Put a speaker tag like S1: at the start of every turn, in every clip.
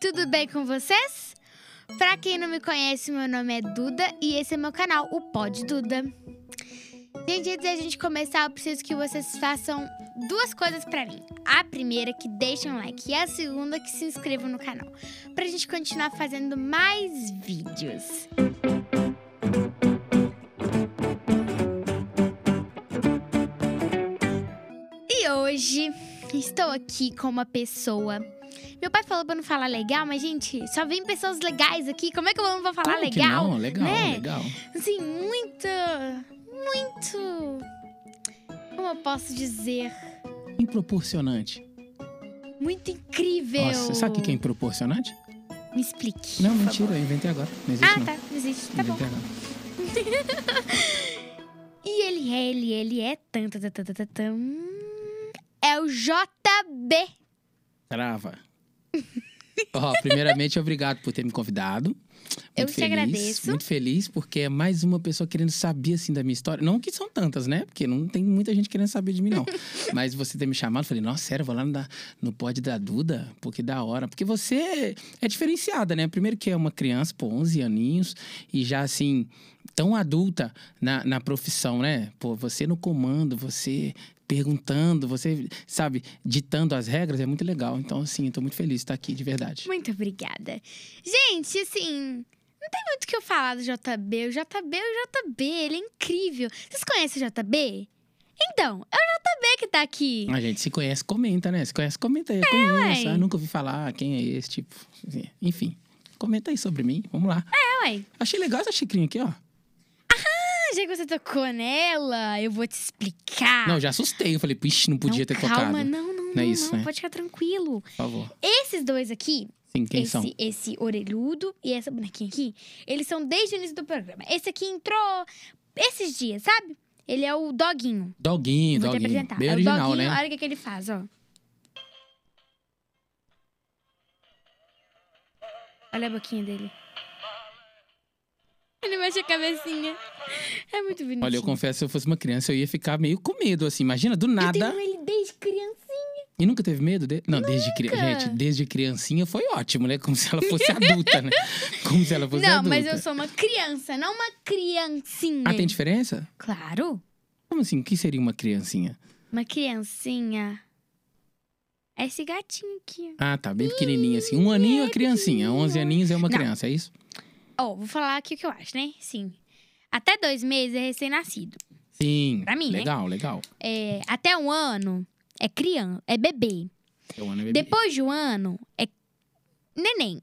S1: tudo bem com vocês? Pra quem não me conhece, meu nome é Duda e esse é meu canal, o Pod Duda. Gente, antes da gente começar, eu preciso que vocês façam duas coisas pra mim. A primeira, que deixem um like, e a segunda, que se inscrevam no canal, pra gente continuar fazendo mais vídeos. E hoje estou aqui com uma pessoa. Meu pai falou pra não falar legal, mas gente, só vem pessoas legais aqui. Como é que eu não vou falar
S2: Como que
S1: legal?
S2: não? Legal,
S1: né?
S2: legal.
S1: assim, muito, muito. Como eu posso dizer?
S2: Improporcionante.
S1: Muito incrível.
S2: Nossa, sabe o que é improporcionante?
S1: Me explique.
S2: Não,
S1: por
S2: mentira,
S1: favor.
S2: eu inventei agora. Não existe
S1: Ah,
S2: não.
S1: tá, não existe. Tá bom.
S2: inventei agora.
S1: E ele é, ele é, ele é. Tan, tan, tan, tan, tan, tan. É o JB.
S2: Trava. Ó, primeiramente, obrigado por ter me convidado. Muito
S1: Eu que
S2: feliz,
S1: agradeço.
S2: Muito feliz, porque é mais uma pessoa querendo saber, assim, da minha história. Não que são tantas, né? Porque não tem muita gente querendo saber de mim, não. Mas você ter me chamado, eu falei, nossa, sério, eu vou lá no, da- no pod da Duda, porque da hora. Porque você é diferenciada, né? Primeiro que é uma criança, pô, 11 aninhos, e já, assim, tão adulta na, na profissão, né? Pô, você no comando, você perguntando, você, sabe, ditando as regras, é muito legal. Então, assim, eu tô muito feliz de estar aqui, de verdade.
S1: Muito obrigada. Gente, assim. Não tem muito o que eu falar do JB. O JB é o JB, ele é incrível. Vocês conhecem o JB? Então, é o JB que tá aqui.
S2: A gente se conhece, comenta, né? Se conhece, comenta aí.
S1: É, ué.
S2: conheço, ah, nunca ouvi falar quem é esse tipo. Enfim, comenta aí sobre mim. Vamos lá.
S1: É, ué.
S2: Achei legal essa xicrinha aqui, ó.
S1: Ah, já que você tocou nela, eu vou te explicar.
S2: Não, eu já assustei. Eu falei, puxa, não podia
S1: Ah. não,
S2: ter
S1: calma,
S2: tocado.
S1: não, não, não,
S2: é isso,
S1: não,
S2: né?
S1: pode ficar tranquilo.
S2: Por favor.
S1: Esses dois aqui,
S2: Sim, quem
S1: esse,
S2: são?
S1: esse orelhudo e essa bonequinha aqui, eles são desde o início do programa. Esse aqui entrou esses dias, sabe? Ele é o doguinho.
S2: Doguinho,
S1: Vou te
S2: doguinho.
S1: apresentar.
S2: Bem
S1: é o
S2: original,
S1: doguinho,
S2: né?
S1: olha o que, que ele faz, ó. Olha a boquinha dele. Ele mexe a cabecinha. É muito bonitinho.
S2: Olha, eu confesso, se eu fosse uma criança, eu ia ficar meio com medo, assim. Imagina, do
S1: Eu
S2: nada.
S1: tenho ele desde criança.
S2: E nunca teve medo dele? Não, desde criança. Gente, desde criancinha foi ótimo, né? Como se ela fosse adulta, né? Como se ela fosse
S1: não,
S2: é adulta.
S1: mas eu sou uma criança, não uma criancinha.
S2: Ah, tem diferença?
S1: Claro,
S2: Como assim? O que seria uma criancinha?
S1: uma criancinha. É esse gatinho aqui.
S2: Ah, tá, bem pequenininha assim. Um aninho é criancinha, 11 aninhos é uma
S1: Hum, Não.
S2: criança, é isso?
S1: ó. Ó, vou falar aqui o que eu acho, né? Sim. Até dois meses é recém-nascido.
S2: Sim.
S1: Pra mim, né?
S2: Legal, legal.
S1: É, até um ano é criança, é bebê.
S2: É um ano bebê.
S1: Depois de um ano é neném.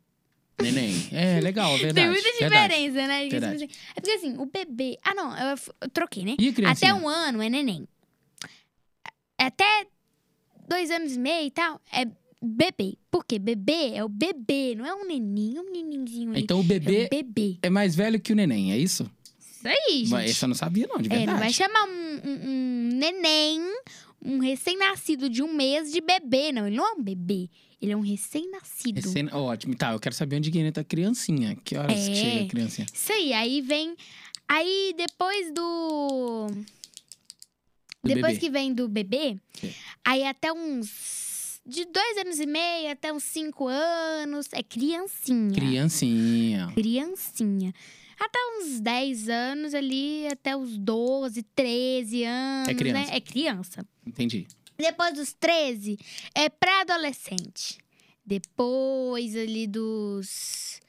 S2: Neném. É, legal, verdade.
S1: Tem muita
S2: verdade.
S1: diferença, né? Porque,
S2: Verdade.
S1: tipo assim, É porque assim, o bebê. Ah, não, eu, eu troquei, né?
S2: E a criancinha?
S1: Até um ano é neném. É Até dois anos e meio e tal, é bebê. Por quê? Bebê é o bebê, não é um neninho, um neninzinho ali.
S2: Então o bebê
S1: É um bebê.
S2: é mais velho que o neném, é isso?
S1: Isso aí,
S2: Mas
S1: gente.
S2: Essa eu não sabia não, de
S1: É,
S2: verdade.
S1: não vai chamar um, um- um neném, um recém-nascido de um mês de bebê, não. Ele não é um bebê. Ele é um recém-nascido.
S2: Recém- Ótimo. Tá, eu quero saber onde que entra a criancinha. Que horas
S1: É.
S2: que chega a criancinha?
S1: Isso aí, aí vem. Aí depois do.
S2: Do
S1: depois
S2: bebê.
S1: que vem do bebê,
S2: Sim.
S1: aí até uns. De dois anos e meio até uns cinco anos. É criancinha.
S2: Criancinha.
S1: Criancinha. Até uns 10 anos ali, até os 12, 13 anos.
S2: É criança.
S1: Né? É criança.
S2: Entendi.
S1: Depois dos 13, é pré-adolescente. Depois ali dos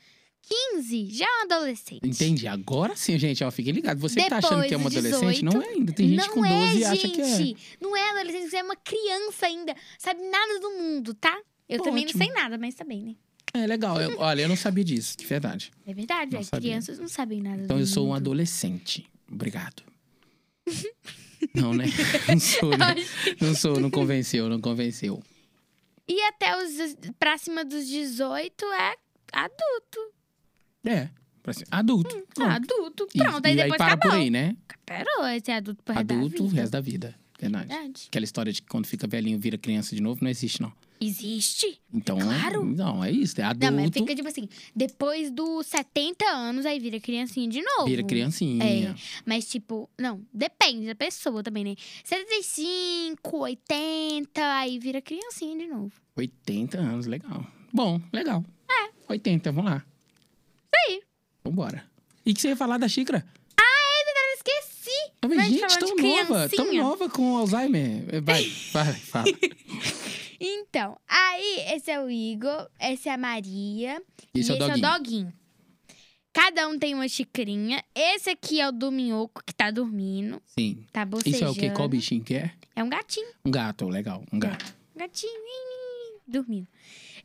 S1: 15, já é um adolescente.
S2: Entendi. Agora sim, gente, ó, fiquem ligados. Você que tá achando
S1: Depois
S2: que é uma
S1: do
S2: adolescente,
S1: 18,
S2: não é ainda. Tem gente
S1: não
S2: com 12
S1: é,
S2: e
S1: gente.
S2: acha que é.
S1: Não é adolescente, você é uma criança ainda. Sabe nada do mundo, tá? Eu também não
S2: Ótimo.
S1: sei nada, mas tá bem, né?
S2: É legal. Eu- olha, eu não sabia disso, de verdade.
S1: É verdade,
S2: Não
S1: velho.
S2: sabia.
S1: crianças não sabem nada
S2: Então
S1: do
S2: eu sou um
S1: mundo.
S2: adolescente. Obrigado. Não, né? Não sou, né? Não sou, não convenceu, não convenceu.
S1: E até os pra cima dos 18 é adulto.
S2: É, pra ser adulto. Pronto.
S1: Adulto.
S2: E-
S1: Hum, ah, Pronto, aí
S2: e,
S1: depois
S2: aí para
S1: acabou.
S2: por aí, né?
S1: Pera, esse é adulto pro resto da
S2: adulto, o
S1: vida.
S2: resto da vida. Verdade.
S1: Verdade.
S2: Aquela história de que quando fica velhinho vira criança de novo, não existe, não.
S1: Existe.
S2: Então,
S1: Claro.
S2: não, é isso. É adulto,
S1: Não, mas fica tipo assim, depois dos 70 anos, aí vira criancinha de novo.
S2: vira criancinha.
S1: Mas, tipo, não, depende da pessoa também, né? 75, 80, aí vira criancinha de novo.
S2: 80 anos, legal. Bom, legal. 80, vamos lá.
S1: É. Isso aí. Ah,
S2: Vambora. E que você ia falar da xícara?
S1: é Eu esqueci.
S2: Mas,
S1: Mas tá
S2: gente,
S1: falando
S2: tão
S1: de
S2: nova, tão
S1: criancinha.
S2: nova com Alzheimer. É, Vai, vai, fala.
S1: Então, aí esse é o Igor, esse é a Maria
S2: Esse
S1: e esse
S2: é o doguinho.
S1: é o Doguinho. Cada um tem uma xicrinha. Esse aqui é o do minhoco que tá dormindo,
S2: Sim.
S1: tá bocejando.
S2: Isso é o quê? Qual bichinho que é?
S1: É um gatinho,
S2: Um gato, legal. Um gato.
S1: um gatinho, ih, ih, ih, dormindo.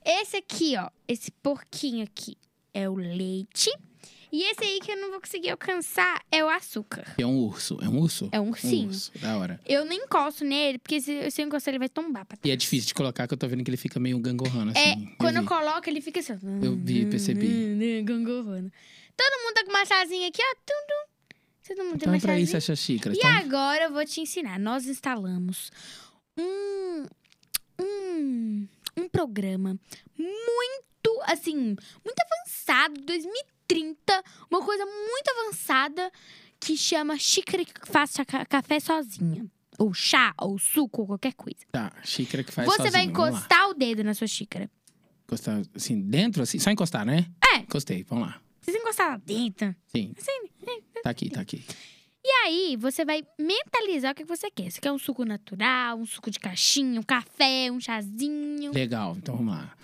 S1: Esse aqui, ó, esse porquinho aqui é o leite. E esse aí que eu não vou conseguir alcançar é o açúcar.
S2: Que é um urso. É um urso?
S1: É um ursinho.
S2: Um urso, da hora.
S1: Eu nem encosto nele, porque se, se eu encostar ele vai tombar pra
S2: E é
S1: trás.
S2: difícil de colocar, que eu tô vendo que ele fica meio gangorrando,
S1: É,
S2: assim.
S1: quando eu
S2: vi.
S1: coloco, ele fica assim. ó.
S2: Eu vi, percebi.
S1: Gangorrando. Todo mundo tá com uma chazinha aqui, ó. Tum, tum. Todo mundo tem
S2: Então
S1: uma
S2: é pra
S1: chazinha.
S2: isso essa xícara.
S1: E
S2: Então,
S1: agora eu vou te ensinar. Nós instalamos um, um, um programa muito, assim, muito avançado, 2030. Uma coisa muito avançada que chama xícara que faz cha- ca- café sozinha. Ou chá, ou suco, ou qualquer coisa.
S2: tá, xícara que faz
S1: Você
S2: sozinho,
S1: vai
S2: vamos lá.
S1: encostar o dedo na sua xícara.
S2: Encostar, assim, dentro, assim. Só encostar, né?
S1: É.
S2: Encostei, vamos lá.
S1: Vocês encostar lá dentro.
S2: Sim. Tá aqui, tá aqui.
S1: E aí, você vai mentalizar o que que você quer. Você quer um suco natural, um suco de caixinha, um café, um chazinho.
S2: Legal, então vamos lá.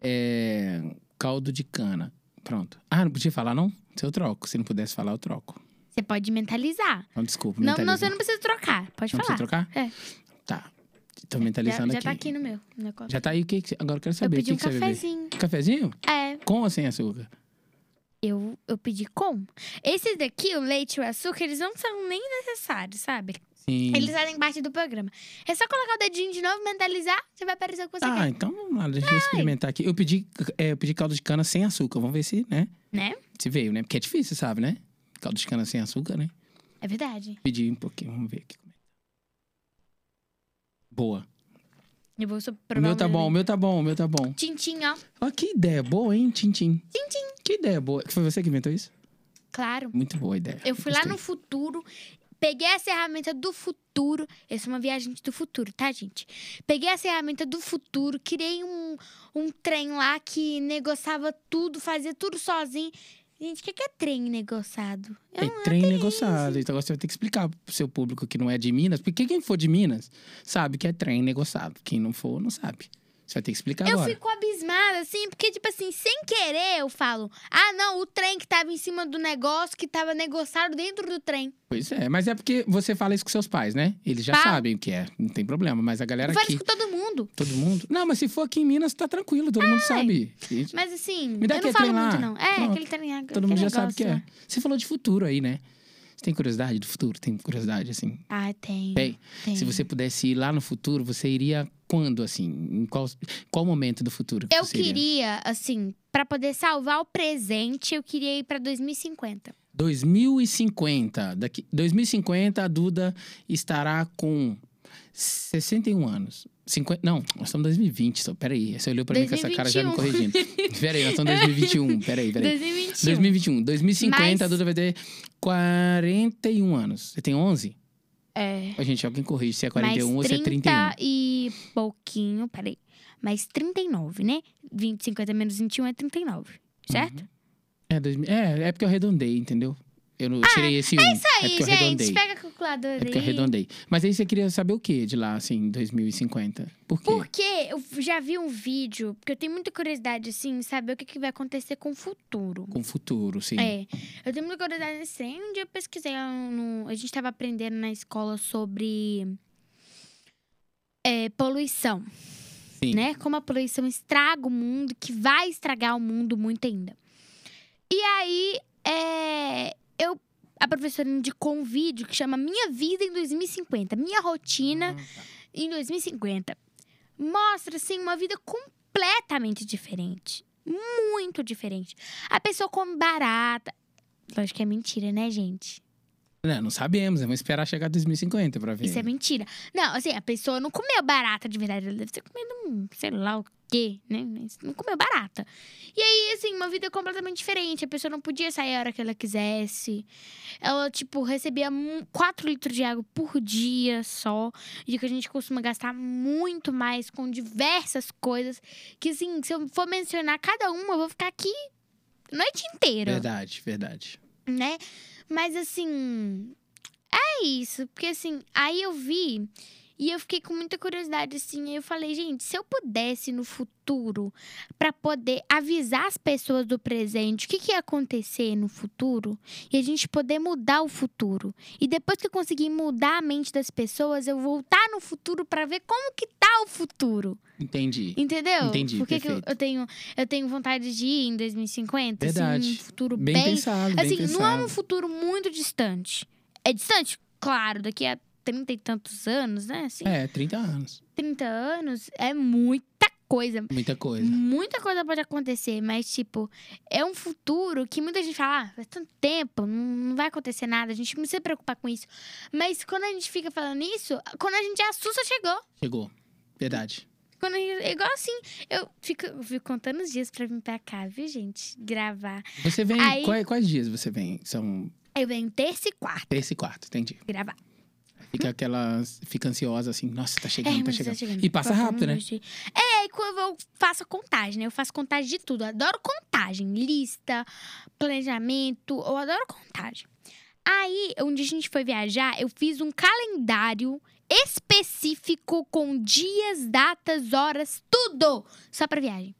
S2: É, caldo de cana. Pronto. Ah, não podia falar, não? Se eu troco. Se não pudesse falar, eu troco.
S1: Você pode mentalizar.
S2: Então, desculpa.
S1: Não, não,
S2: mentalizando.
S1: você não precisa trocar. Pode
S2: Não
S1: falar.
S2: precisa trocar?
S1: É.
S2: Tá. Tô
S1: Já,
S2: mentalizando
S1: já
S2: aqui.
S1: tá aqui no meu. na copa.
S2: Já tá aí o que? que você- Agora eu quero
S1: eu
S2: saber
S1: pedi
S2: o
S1: um
S2: que, que você vai beber.
S1: cafezinho.
S2: Cafezinho?
S1: É,
S2: Com ou sem açúcar?
S1: eu, eu pedi com. Esses daqui, o leite e o açúcar, eles não são nem necessários, sabe?
S2: Sim.
S1: Eles fazem parte do programa. É só colocar o dedinho de novo, mentalizar, você vai aparecer o é que você
S2: Tá,
S1: quer.
S2: então vamos lá, deixa eu experimentar aqui. Eu pedi, é, eu pedi caldo de cana sem açúcar, vamos ver se, né?
S1: Né?
S2: Se veio, né? Porque é difícil, sabe, né? Caldo de cana sem açúcar, né?
S1: É verdade.
S2: Pedi um pouquinho, vamos ver aqui. Boa.
S1: Eu vou só
S2: O
S1: provar
S2: meu tá bom, o
S1: ali.
S2: meu tá bom, o meu tá bom.
S1: Tintim, ó.
S2: Ó, que ideia boa, hein, Tintim? Tintim. Que ideia boa. Foi você que inventou isso?
S1: Claro.
S2: Muito boa ideia.
S1: Eu fui lá no futuro, peguei a ferramenta do futuro. Essa é uma viagem do futuro, tá, gente? Peguei a ferramenta do futuro, criei um, um trem lá que negociava tudo, fazia tudo sozinho. Gente, o que que é trem negociado? Eu
S2: É trem negociado. Então agora você vai ter que explicar pro seu público que não é de Minas, porque quem for de Minas sabe que é trem negociado. Quem não for, não sabe. Você vai ter que explicar
S1: Eu
S2: agora.
S1: fico abismada, assim, porque, tipo assim, sem querer eu falo: ah, não, o trem que tava em cima do negócio, que tava negociado dentro do trem.
S2: Pois é, mas é porque você fala isso com seus pais, né? Eles já
S1: Fala.
S2: sabem o que é, não tem problema. Mas a galera
S1: Eu falo
S2: aqui,
S1: isso com todo mundo.
S2: todo mundo. Não, mas se for aqui em Minas, tá tranquilo, todo mundo sabe. Gente,
S1: Mas assim,
S2: Me dá
S1: eu não
S2: aquele
S1: falo
S2: trem lá.
S1: muito, não. É,
S2: Pronto.
S1: aquele trem.
S2: todo mundo
S1: aquele
S2: já sabe o que
S1: negócio
S2: é. Você falou de futuro aí, né? Você tem curiosidade do futuro? Tem curiosidade, assim?
S1: lá. Ah, tem.
S2: Tem.
S1: tem.
S2: Se você pudesse ir lá no futuro, você iria quando, assim? Em qual, qual momento do futuro? que
S1: Eu
S2: você iria?
S1: queria, assim, pra poder salvar o presente, eu queria ir pra 2050.
S2: 2050. Daqui, 2050, a Duda estará com 61 anos. 50, não, nós estamos em 2020. Só, peraí, você olhou pra mim com essa cara já
S1: 2021.
S2: me corrigindo. peraí, nós estamos em 2021. Peraí, peraí.
S1: 2021.
S2: 2021. 2050, a
S1: Mas-
S2: Duda vai ter 41 anos. Você tem 11?
S1: É.
S2: Ô, Gente, alguém corrige se é 41 ou
S1: mais
S2: se é 31.
S1: e pouquinho, peraí. Mais 39, né? 20, 50 menos 21 é 39, certo?
S2: um. É, 2000 é, é porque eu arredondei, entendeu? Eu não tirei esse 1. É isso
S1: Ah, Aí,
S2: porque eu arredondei.
S1: gente, pega a calculadora
S2: É porque eu
S1: aí.
S2: arredondei. Mas aí você queria saber o que de lá, assim, em 2050? Por quê?
S1: Porque eu já vi um vídeo, porque eu tenho muita curiosidade, assim, em saber o que, que vai acontecer com o futuro.
S2: Com o futuro, sim.
S1: É, eu tenho muita curiosidade nesse trem. Um dia eu pesquisei, lá no- a gente tava aprendendo na escola sobre é, poluição,
S2: Sim.
S1: né? Como a poluição estraga o mundo, que vai estragar o mundo muito ainda. E aí, é, eu, a professora indicou um vídeo que chama Minha Vida em 2050, Minha Rotina em 2050, mostra assim uma vida completamente diferente. Muito diferente. A pessoa come barata. Lógico que é mentira, né, gente?
S2: Não, não sabemos, né? Vamos esperar chegar 2050 pra ver.
S1: Isso é mentira. Não, assim, a pessoa não comeu barata de verdade. Ela deve ter comido, um, sei lá o quê, né? Mas Não comeu barata. E aí, assim, uma vida completamente diferente. A pessoa não podia sair a hora que ela quisesse. Ela, tipo, recebia 4 litros de água por dia só. E que a gente costuma gastar muito mais com diversas coisas. Que, assim, se eu for mencionar cada uma, eu vou ficar aqui a noite inteira
S2: Verdade, verdade.
S1: né? Mas assim, é isso, porque assim, aí eu vi e eu fiquei com muita curiosidade assim, aí eu falei, gente, se eu pudesse no futuro pra poder avisar as pessoas do presente, o que que ia acontecer no futuro e a gente poder mudar o futuro. E depois que eu conseguir mudar a mente das pessoas, eu voltar no futuro pra ver como que tá o futuro.
S2: Entendi.
S1: Entendeu?
S2: Entendi,
S1: Por que, que eu,
S2: perfeito.
S1: eu tenho eu tenho vontade de ir em 2050,
S2: Verdade.
S1: assim, um futuro
S2: Bem,
S1: bem
S2: pensado, bem
S1: Assim,
S2: pensado.
S1: não é um futuro muito distante. É distante, claro, daqui a 30 e tantos anos, né? Assim,
S2: É, 30 anos.
S1: 30 anos é muita coisa.
S2: Muita coisa.
S1: Muita coisa pode acontecer, mas, tipo, é um futuro que muita gente fala, ah, faz tanto tempo, não, não vai acontecer nada, a gente não precisa se preocupar com isso. Mas quando a gente fica falando isso, quando a gente assusta, chegou.
S2: Chegou. Verdade.
S1: Quando a gente- é igual assim, eu fico, eu fico contando os dias pra vir pra cá, viu, gente? Gravar.
S2: Você vem.
S1: Aí-
S2: Quais, quais dias você vem? São
S1: Eu venho terça e quarta
S2: terça e quarta, entendi.
S1: gravar.
S2: Fica aquela. Fica ansiosa assim, nossa, tá chegando, tá
S1: Hum? É, mas
S2: chegando.
S1: chegando.
S2: E passa
S1: Passando
S2: rápido, né?
S1: dois dias. É, e quando eu faço a contagem, né? Eu faço contagem de tudo. Adoro contagem. Lista, planejamento. Eu adoro contagem. Aí, onde a gente foi viajar, eu fiz um calendário específico com dias, datas, horas, tudo. Só pra viagem.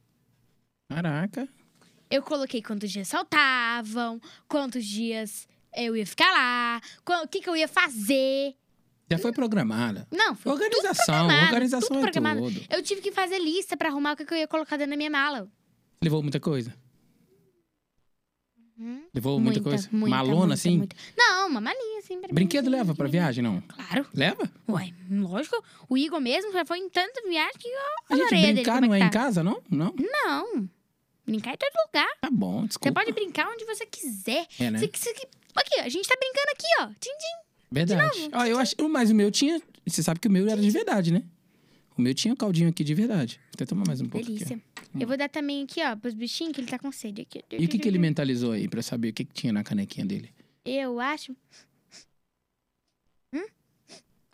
S2: Caraca.
S1: Eu coloquei quantos dias faltavam, quantos dias eu ia ficar lá, quan- o que, que eu ia fazer.
S2: Já foi programada.
S1: Não, foi
S2: Organização,
S1: programado,
S2: organização
S1: tudo
S2: é
S1: programado.
S2: tudo.
S1: Eu tive que fazer lista pra arrumar o que que eu ia colocar dentro da minha mala.
S2: Levou muita coisa?
S1: Hum,
S2: Levou muita, coisa? Malona,
S1: muita,
S2: assim?
S1: muita. Não, uma malinha, assim. Pra mim,
S2: Brinquedo
S1: assim,
S2: leva pra
S1: pequenininha.
S2: viagem, não?
S1: Claro.
S2: Leva?
S1: Ué, lógico. O Igor mesmo já foi em tanta viagem que eu
S2: A gente
S1: orelha dele,
S2: brincar
S1: como
S2: não
S1: é
S2: é
S1: que
S2: em
S1: tá?
S2: casa, não? Não?
S1: não. Brincar em todo lugar.
S2: Tá bom,
S1: Você
S2: desculpa.
S1: pode brincar onde você quiser.
S2: É, né?
S1: Você- você- aqui, ó, a gente tá brincando aqui, ó. Tchim, tchim.
S2: Verdade. Ó, eu acho, mas o meu tinha. Você sabe que o meu era de verdade, né? O meu tinha um caldinho aqui de verdade. Vou até tomar mais um pouco.
S1: Delícia.
S2: Aqui,
S1: Eu vou dar também aqui, ó, pros bichinhos, que ele tá com sede aqui.
S2: ó. e o que, que ele mentalizou aí pra saber o que, que tinha na canequinha dele?
S1: Eu acho. Hum?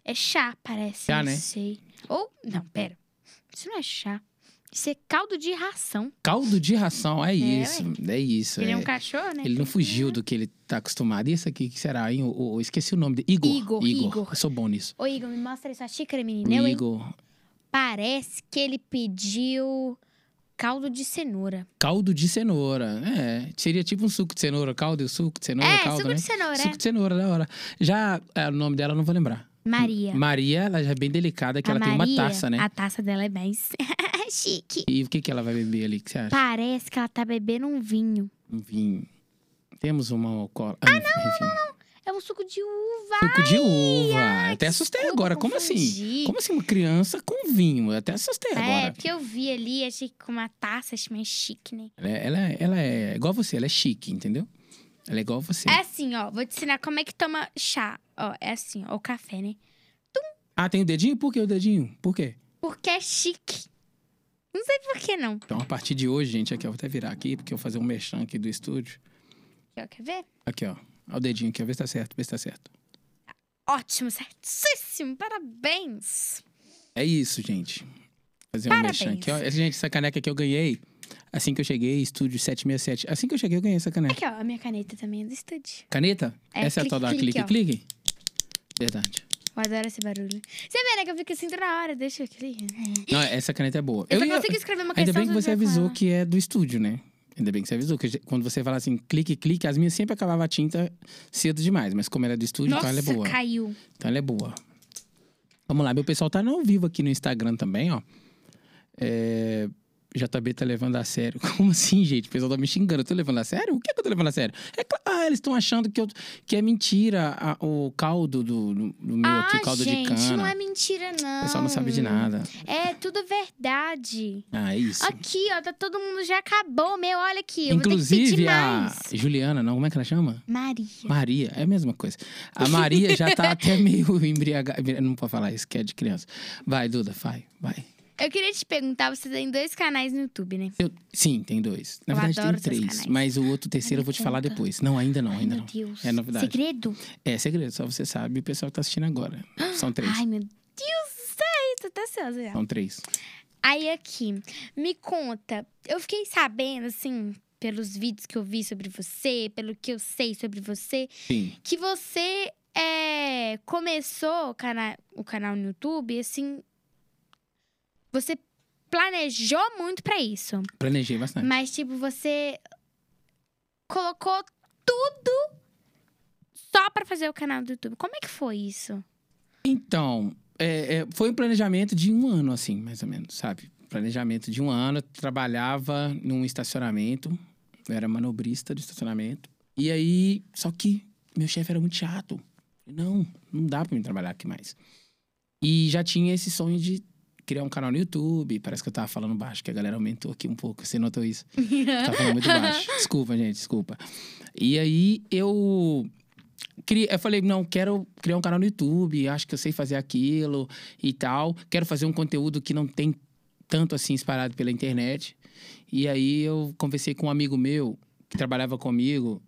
S1: É chá, parece.
S2: Chá,
S1: não
S2: né?
S1: sei. Ou. Não, pera. Isso não é chá. Isso é caldo de ração.
S2: Caldo de ração, é, isso. É isso.
S1: Ele é.
S2: é.
S1: um cachorro, né?
S2: Ele não fugiu do que ele tá acostumado. E esse aqui, que será, hein? O- o- eu esqueci o nome dele.
S1: Igor,
S2: Igor.
S1: Igor.
S2: Eu sou bom nisso.
S1: Ô, Igor, me mostra aí sua xícara,
S2: O
S1: menina. Eu, hein?
S2: Igor.
S1: Parece que ele pediu caldo de cenoura.
S2: Caldo de cenoura. É. Seria tipo um suco de cenoura. Caldo e o suco de cenoura.
S1: é,
S2: caldo,
S1: suco
S2: né?
S1: de cenoura.
S2: Suco de cenoura, da hora. Já é, o nome dela eu não vou lembrar.
S1: é. Maria.
S2: Maria, ela já é bem delicada, que
S1: A
S2: ela
S1: Maria,
S2: tem uma taça, né?
S1: A taça dela é mais chique.
S2: E o que, que ela vai beber ali, que você acha?
S1: Parece que ela tá bebendo um vinho.
S2: Um vinho. Temos uma alcoólica. Ah, não, não, não,
S1: É um suco de uva.
S2: Suco de uva. Eu até assustei
S1: desculpa,
S2: agora. Como assim?
S1: confundi.
S2: Como assim uma criança com vinho? Eu até assustei
S1: É,
S2: agora.
S1: porque eu vi ali, achei que com uma taça, achei mais chique, né?
S2: Ela é, ela, é- ela é igual você, ela é chique, entendeu? Ela é igual você.
S1: É assim, ó, vou te ensinar como é que toma chá. Ó, é assim, ó, o café, né?
S2: Ah, tem o dedinho? Por que o dedinho? Por quê?
S1: Porque é chique. Não sei por que não.
S2: Então, a partir de hoje, gente, aqui, ó, vou até virar aqui, porque eu vou fazer um merchan aqui do estúdio.
S1: Aqui, ó, quer ver?
S2: Aqui, ó. Olha o dedinho aqui, ó. Vê se tá certo, vê se tá certo.
S1: Ótimo, certíssimo, parabéns.
S2: É isso, gente. Fazer um
S1: Parabéns.
S2: merchan aqui. ó. Essa, Gente, essa caneca que eu ganhei, assim que eu cheguei, estúdio 767. Assim que eu cheguei, eu ganhei essa caneca.
S1: Aqui, ó, a minha caneta também é do estúdio.
S2: Caneta?
S1: É,
S2: essa é a tal da
S1: clique,
S2: clique,
S1: clique,
S2: clique? Verdade.
S1: Eu adoro esse barulho. Você vê, né, que eu fico assim toda hora, deixa eu clicar.
S2: Não, essa caneta é boa.
S1: Eu, só
S2: ia-
S1: consigo escrever uma
S2: Ainda
S1: questão...
S2: bem que
S1: sobre
S2: você
S1: minha
S2: avisou
S1: fala.
S2: que é do estúdio, né? Ainda bem que você avisou. Que quando você fala assim, clique, clique, as minhas sempre acabavam a tinta cedo demais. Mas como ela é do estúdio, então ela é
S1: Nossa,
S2: boa.
S1: caiu.
S2: Então ela é boa. Vamos lá, meu pessoal tá ao vivo aqui no Instagram também, ó. É, JB tá levando a sério. Como assim, gente? O pessoal tá me xingando. Eu tô levando a sério? O que, é que eu tô levando a sério? É cla- Ah, eles estão achando que, eu- que é mentira a- o caldo do, do- do meu
S1: ah,
S2: aqui, caldo
S1: gente,
S2: de cana.
S1: não é mentira, não.
S2: O pessoal não sabe de nada.
S1: É tudo verdade.
S2: Ah, é isso.
S1: Aqui, ó, tá todo mundo já acabou, meu. Olha aqui, eu vou ter que
S2: Inclusive,
S1: pedir
S2: a
S1: mais.
S2: Juliana, não, como é que ela chama?
S1: Maria.
S2: Maria, é a mesma coisa. A Maria já tá até meio embriagada. Não pode falar isso, que é de criança. Vai, Duda, vai, vai.
S1: Eu queria te perguntar, você tem dois canais no YouTube, né?
S2: Eu- sim, tem dois. Na
S1: Eu
S2: verdade,
S1: adoro
S2: tem
S1: seus
S2: três.
S1: canais.
S2: Mas o outro terceiro
S1: me
S2: eu vou te falar
S1: conta.
S2: depois. Não, ainda não,
S1: Ai,
S2: ainda
S1: meu
S2: não.
S1: Deus.
S2: É novidade.
S1: Segredo?
S2: É segredo, só você sabe e o pessoal que tá assistindo agora. São três.
S1: Ai, meu Deus do céu, tô até ansiosa já.
S2: São três.
S1: Aí aqui, me conta, eu fiquei sabendo, assim, pelos vídeos que eu vi sobre você, pelo que eu sei sobre você,
S2: Sim.
S1: que você é, começou o, cana o canal no YouTube, assim, você planejou muito pra isso.
S2: Planejei bastante.
S1: Mas, tipo, você colocou tudo só pra fazer o canal do YouTube. Como é que foi isso?
S2: Então, é, é, foi um planejamento de um ano, assim, mais ou menos, sabe? Planejamento de um ano. Eu Trabalhava num estacionamento. Eu era manobrista de estacionamento. E aí, só que meu chefe era muito chato. Não, não dá pra mim trabalhar aqui mais. E já tinha esse sonho de criar um canal no YouTube. Parece que eu tava falando baixo, que a galera aumentou aqui um pouco. Você notou isso? Tá falando muito baixo. Desculpa, gente, desculpa. E aí eu. cri- Eu falei, não, quero criar um canal no YouTube, acho que eu sei fazer aquilo e tal. Quero fazer um conteúdo que não tem tanto assim espalhado pela internet. E aí eu conversei com um amigo meu que trabalhava comigo.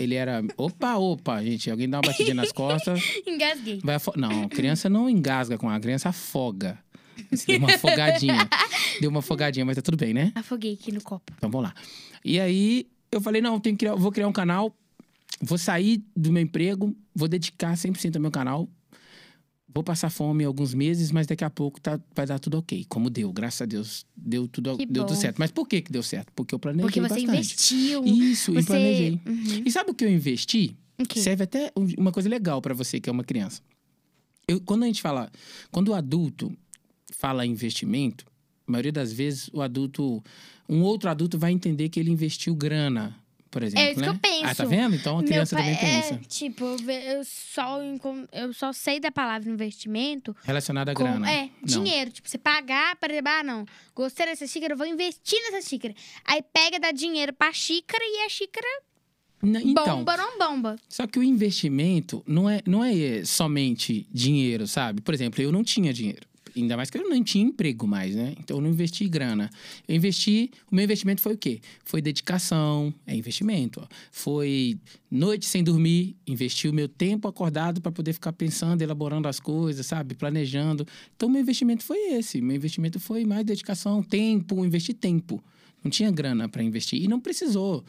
S2: Ele era. Opa, opa, gente, alguém dá uma batidinha nas costas.
S1: Engasguei.
S2: Vai afo- Não, criança não engasga com água, criança afoga. Você deu uma afogadinha. Deu uma afogadinha, mas tá tudo bem, né?
S1: Afoguei aqui no copo.
S2: Então vamos lá. E aí eu falei, não, tenho que criar, vou criar um canal, vou sair do meu emprego, vou dedicar 100% ao meu canal. Vou passar fome alguns meses, mas daqui a pouco tá, vai dar tudo ok. Como deu, graças a Deus, deu tudo,
S1: Que
S2: deu tudo
S1: bom.
S2: certo. Mas por que que deu certo? Porque eu planejei
S1: Porque você
S2: bastante.
S1: investiu.
S2: Isso, e
S1: você...
S2: planejei.
S1: Uhum.
S2: E sabe o que eu investi?
S1: Ok.
S2: Serve até um- uma coisa legal pra você que é uma criança. Eu- quando a gente fala, quando o adulto fala em investimento, a maioria das vezes o adulto, um outro adulto vai entender que ele investiu grana, por exemplo,
S1: É isso que
S2: né?
S1: eu penso.
S2: Ah, tá vendo? Então a
S1: Meu
S2: criança
S1: pai-
S2: também tem
S1: é,
S2: isso.
S1: Tipo, eu ve- eu só, encon- eu só sei da palavra investimento.
S2: Relacionado à
S1: com-
S2: grana.
S1: é, dinheiro. Tipo, você pagar para levar, não. Gostei dessa xícara, eu vou investir nessa xícara. Aí pega, dá dinheiro pra xícara e a xícara
S2: Não, então,
S1: bomba, não bomba.
S2: Só que o investimento não é, não é somente dinheiro, sabe? Por exemplo, eu não tinha dinheiro. Ainda mais que eu não tinha emprego mais, né? Então eu não investi grana. Eu investi. O meu investimento foi o quê? Foi dedicação, é investimento. Ó. Foi noite sem dormir, investi o meu tempo acordado para poder ficar pensando, elaborando as coisas, sabe? Planejando. Então meu investimento foi esse. Meu investimento foi mais dedicação, tempo, investi tempo. Não tinha grana para investir e não precisou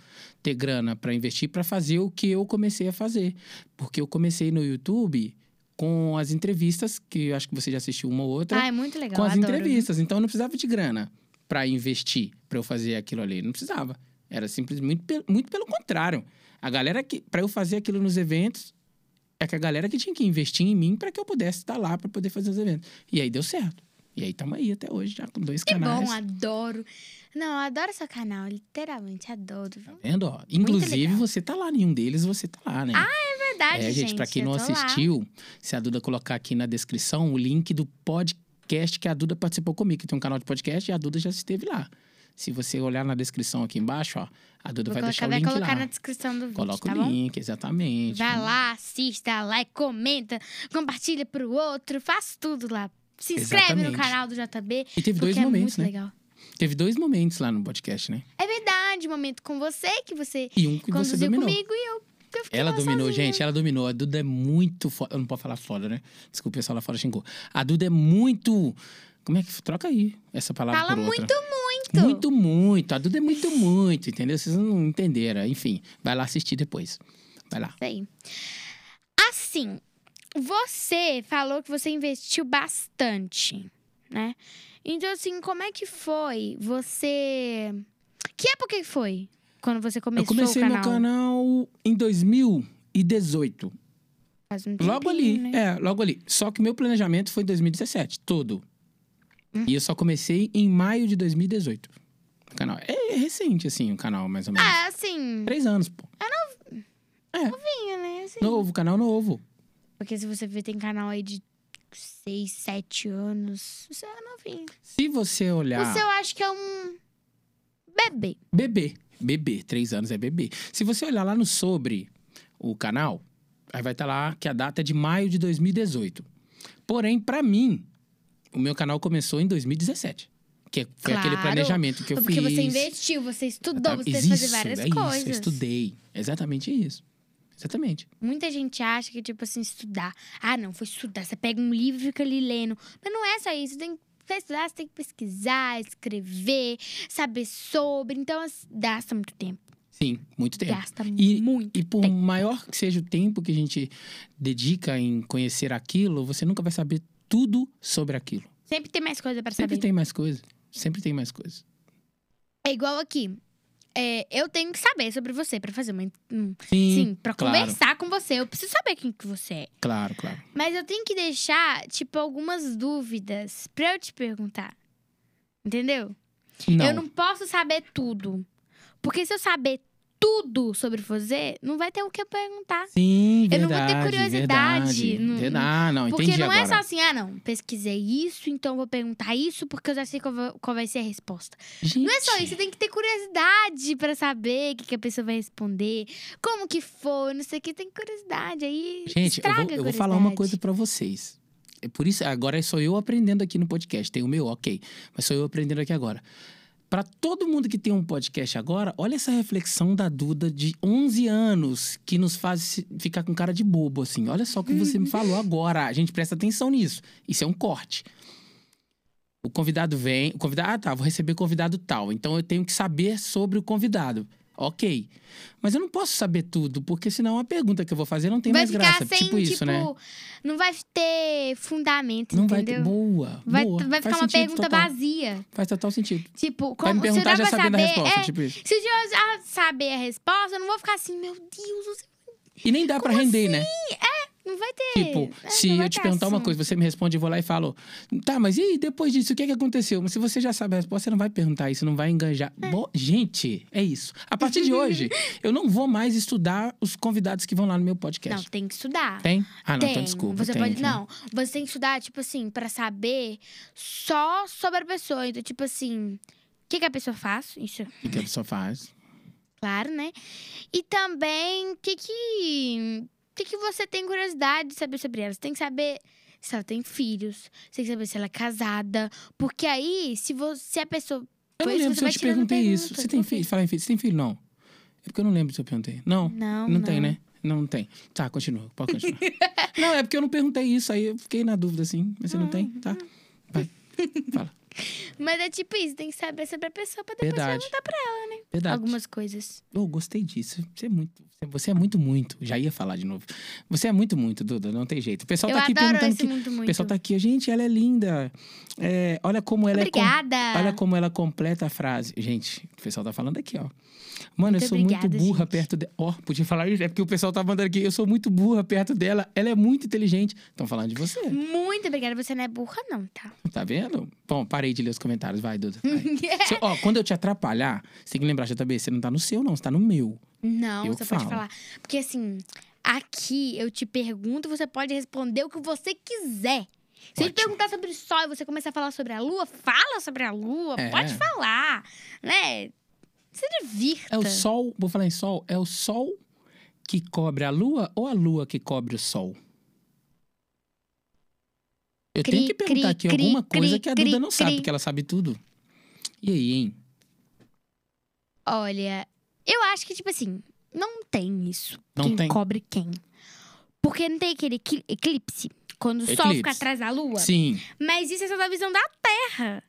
S2: ter grana para investir para fazer o que eu comecei a fazer. Porque eu comecei no YouTube com as entrevistas, que eu acho que você já assistiu uma ou outra,
S1: Ah, é muito legal.
S2: com as
S1: adoro.
S2: entrevistas. Então eu não precisava de grana para investir, para eu fazer aquilo ali. Não precisava. Era simplesmente pe- muito pelo contrário. A galera que para eu fazer aquilo nos eventos é que a galera que tinha que investir em mim para que eu pudesse estar lá para poder fazer os eventos. E aí deu certo. E aí estamos aí até hoje já com dois
S1: Que
S2: canais.
S1: bom, adoro. Não, eu adoro seu canal, literalmente, adoro. viu?
S2: Vendo, ó. Inclusive,
S1: legal.
S2: você tá lá, nenhum deles você tá lá, né? Ah,
S1: É verdade,
S2: é, gente, pra quem
S1: eu
S2: não
S1: tô então lá.
S2: assistiu, se a Duda colocar aqui na descrição o link do podcast que a Duda participou comigo, que tem um canal de podcast e a Duda já esteve lá. Se você olhar na descrição aqui embaixo, ó, a Duda
S1: Vou colocar,
S2: vai deixar o
S1: vai
S2: link
S1: colocar
S2: lá.
S1: na descrição do vídeo,
S2: Coloca
S1: tá
S2: o
S1: bom?
S2: link, exatamente.
S1: Vai lá, assista, like, comenta, compartilha pro outro, faz tudo lá. Se inscreve
S2: Exatamente.
S1: no canal do JB,
S2: E teve dois
S1: porque é
S2: momentos,
S1: muito
S2: né?
S1: legal.
S2: Teve dois momentos lá no podcast, né?
S1: É verdade, um momento com você, que você
S2: E um que você
S1: conduziu
S2: dominou.
S1: comigo e eu, que eu fiquei
S2: Ela
S1: lá
S2: dominou,
S1: sozinha.
S2: gente, ela dominou. A Duda é muito foda. Eu não posso falar foda, né? Desculpa, o pessoal lá fora xingou. A Duda é muito. Como é que. Troca aí essa palavra
S1: Fala
S2: por outra.
S1: muito, muito.
S2: Muito, muito. A Duda é muito, muito, entendeu? Vocês não entenderam. Enfim, vai lá assistir depois. Vai lá.
S1: Isso aí. Assim, você falou que você investiu bastante, né? Então, assim, como é que foi? Você. Que época que foi? Quando você começou
S2: eu comecei
S1: o
S2: meu
S1: canal?
S2: canal em 2018.
S1: Faz um
S2: Logo
S1: tempinho,
S2: ali.
S1: né?
S2: É, logo ali. Só que meu
S1: Hum.
S2: planejamento foi em 2017, todo. E eu só comecei em maio de 2018. O canal. É, é recente, assim, o canal, mais ou menos.
S1: Ah, assim,
S2: Três anos, pô.
S1: vinha, né? Assim.
S2: Novo, canal novo.
S1: Porque se você ver, tem canal aí de 6, 7 anos. Isso é novinho.
S2: Se você olhar.
S1: O seu acho que é um bebê.
S2: Bebê. Bebê. Três anos é bebê. Se você olhar lá no sobre o canal, aí vai estar lá que a data é de maio de 2018. Porém, pra mim, o meu canal começou em 2017. Que é, foi aquele
S1: Claro,
S2: planejamento que eu
S1: Porque
S2: fiz. Ah, tá.
S1: você investiu, você estudou, você
S2: Isso,
S1: fez fazer várias
S2: é
S1: coisas.
S2: Isso, eu estudei. Exatamente isso. Exatamente.
S1: Muita gente acha que, tipo assim, estudar. Ah, não, foi estudar. Você pega um livro e fica ali lendo. Mas não é só isso. Tem que pra estudar, você tem que pesquisar, escrever, saber sobre. Então, as- gasta muito tempo.
S2: Sim, muito tempo.
S1: Gasta
S2: E-
S1: muito.
S2: E por
S1: tempo.
S2: maior que seja o tempo que a gente dedica em conhecer aquilo, você nunca vai saber tudo sobre aquilo.
S1: Sempre tem mais coisa pra
S2: Sempre
S1: saber.
S2: tem mais coisa. Sempre tem mais coisa.
S1: É igual aqui. É, eu tenho que saber sobre você pra fazer uma. um-
S2: Sim,
S1: Sim, pra
S2: claro.
S1: conversar com você. Eu preciso saber quem que você é.
S2: Claro, claro.
S1: Mas eu tenho que deixar, tipo, algumas dúvidas pra eu te perguntar. Entendeu?
S2: Não,
S1: Eu não posso saber tudo. Porque se eu saber tudo sobre você, não vai ter o que eu perguntar.
S2: Sim,
S1: eu
S2: verdade,
S1: não vou ter curiosidade,
S2: Verdade.
S1: não-
S2: Verdade. Ah, não,
S1: Porque
S2: entendi
S1: não
S2: agora.
S1: é só assim, ah, não, pesquisei isso, então vou perguntar isso, porque eu já sei qual va- qual vai ser a resposta.
S2: Gente,
S1: Não é só isso, você tem que ter curiosidade pra saber o que, que a pessoa vai responder, como que foi, não sei o que, tem curiosidade. Aí
S2: Gente, eu
S1: estraga
S2: vou,
S1: a
S2: eu vou falar uma coisa
S1: curiosidade.
S2: pra vocês. É por isso, agora sou eu aprendendo aqui no podcast. Tem o meu, ok. Mas sou eu aprendendo aqui agora. Pra todo mundo que tem um podcast agora, olha essa reflexão da Duda de 11 anos que nos faz se- ficar com cara de bobo, assim. Olha só o que você me
S1: Uhum.
S2: falou agora. A gente presta atenção nisso. Isso é um corte. O convidado vem, o convidado, ah tá, vou receber convidado tal, então eu tenho que saber sobre o convidado. Ok. Mas eu não posso saber tudo, porque senão a pergunta que eu vou fazer não tem
S1: vai
S2: mais
S1: ficar
S2: graça.
S1: sem,
S2: tipo isso, né?
S1: Não vai ter fundamento,
S2: Não vai
S1: entendeu?
S2: ter. Boa.
S1: Vai,
S2: boa.
S1: vai ficar
S2: Faz
S1: uma
S2: sentido
S1: pergunta
S2: total.
S1: vazia.
S2: Faz total sentido.
S1: Tipo,
S2: vai
S1: como
S2: me perguntar
S1: se eu
S2: já
S1: vai
S2: sabendo
S1: saber.
S2: a resposta,
S1: é,
S2: tipo isso.
S1: Se eu já saber a resposta, eu não vou ficar assim, meu Deus, do céu,
S2: E nem dá pra
S1: assim?
S2: render, né?
S1: não vai ter.
S2: Tipo,
S1: é,
S2: se
S1: não vai
S2: eu te
S1: ter
S2: perguntar uma
S1: assunto.
S2: coisa, você me responde, eu vou lá e falo, tá, mas e aí, depois disso, o que, é que aconteceu? Mas se você já sabe a resposta, você não vai perguntar isso, não vai enganjar. Bo- gente, é isso. A partir de hoje, eu não vou mais estudar os convidados que vão lá no meu
S1: Não,
S2: podcast.
S1: tem que estudar.
S2: Tem? Ah, não, então
S1: Tem.
S2: desculpa.
S1: Você
S2: tem,
S1: pode.
S2: que-
S1: Não, você tem que estudar, tipo assim, pra saber só sobre a pessoa. Então, tipo assim, o que, que a pessoa faz? Isso,
S2: O que a pessoa faz?
S1: claro, né? E também o que que. O que, que você tem curiosidade de saber sobre ela? Você tem que saber se ela tem filhos, você tem que saber se ela é casada. Porque aí, se você se a pessoa.
S2: Eu não
S1: Pois,
S2: lembro
S1: você
S2: se eu
S1: vai
S2: te
S1: tirando
S2: perguntei isso.
S1: perguntas,
S2: Você tem
S1: ok.
S2: filho? Fala em filho. Você tem filho? Não. É porque eu não lembro se eu perguntei. Não.
S1: Não,
S2: Não tem, né? Não, não tem. Tá, continua. Pode continuar. não, é porque eu não perguntei isso, aí eu fiquei na dúvida, assim. Mas você não tem? Tá. Vai. Fala.
S1: Mas é tipo isso, tem que saber sobre a pessoa pra depois
S2: Verdade.
S1: perguntar pra
S2: Verdade.
S1: ela né? algumas coisas.
S2: Eu gostei disso. Você é muito. Você é muito, muito. Já ia falar de novo. Você é muito, muito, Duda. Não tem jeito. O pessoal
S1: Eu
S2: tá aqui
S1: adoro
S2: perguntando.
S1: esse
S2: Que...
S1: mundo
S2: O
S1: muito.
S2: pessoal tá aqui. Gente, ela é linda. É, olha como ela é. com-
S1: Obrigada.
S2: Olha como ela completa a frase. Gente, o pessoal tá falando aqui, ó. Mano,
S1: Muito
S2: eu sou
S1: obrigada,
S2: muito burra
S1: gente.
S2: perto dela. Ó, podia falar isso, é porque o pessoal tá mandando aqui. Eu sou muito burra perto dela. Ela é muito inteligente. Estão falando de você.
S1: Hum. Muito obrigada. Você não é burra, não, tá?
S2: Tá vendo? Bom, parei de ler os comentários. Vai, Duda. vai. Se- ó, quando eu te atrapalhar, você tem que lembrar, JB, você não tá no seu, não. Você tá no meu.
S1: Não,
S2: Eu
S1: você
S2: que
S1: pode
S2: falo.
S1: falar. Porque assim, aqui eu te pergunto, você pode responder o que você quiser. Se eu te
S2: Ótimo.
S1: perguntar sobre o sol e você começar a falar sobre a lua, fala sobre a lua,
S2: É.
S1: pode falar, né? Se divirta.
S2: É o sol, vou falar em sol, é o sol que cobre a lua ou a lua que cobre o sol? Eu
S1: Cri,
S2: tenho que perguntar
S1: cri,
S2: aqui
S1: cri,
S2: alguma coisa
S1: cri,
S2: que a
S1: cri,
S2: Duda não sabe,
S1: cri.
S2: porque ela sabe tudo. E aí, hein?
S1: Olha, eu acho que, tipo assim, não tem isso.
S2: Não
S1: quem
S2: tem?
S1: cobre quem. Porque não tem aquele equi- eclipse. Quando o sol
S2: Eclipse.
S1: fica atrás da lua.
S2: Sim.
S1: Mas isso é só da visão da Terra.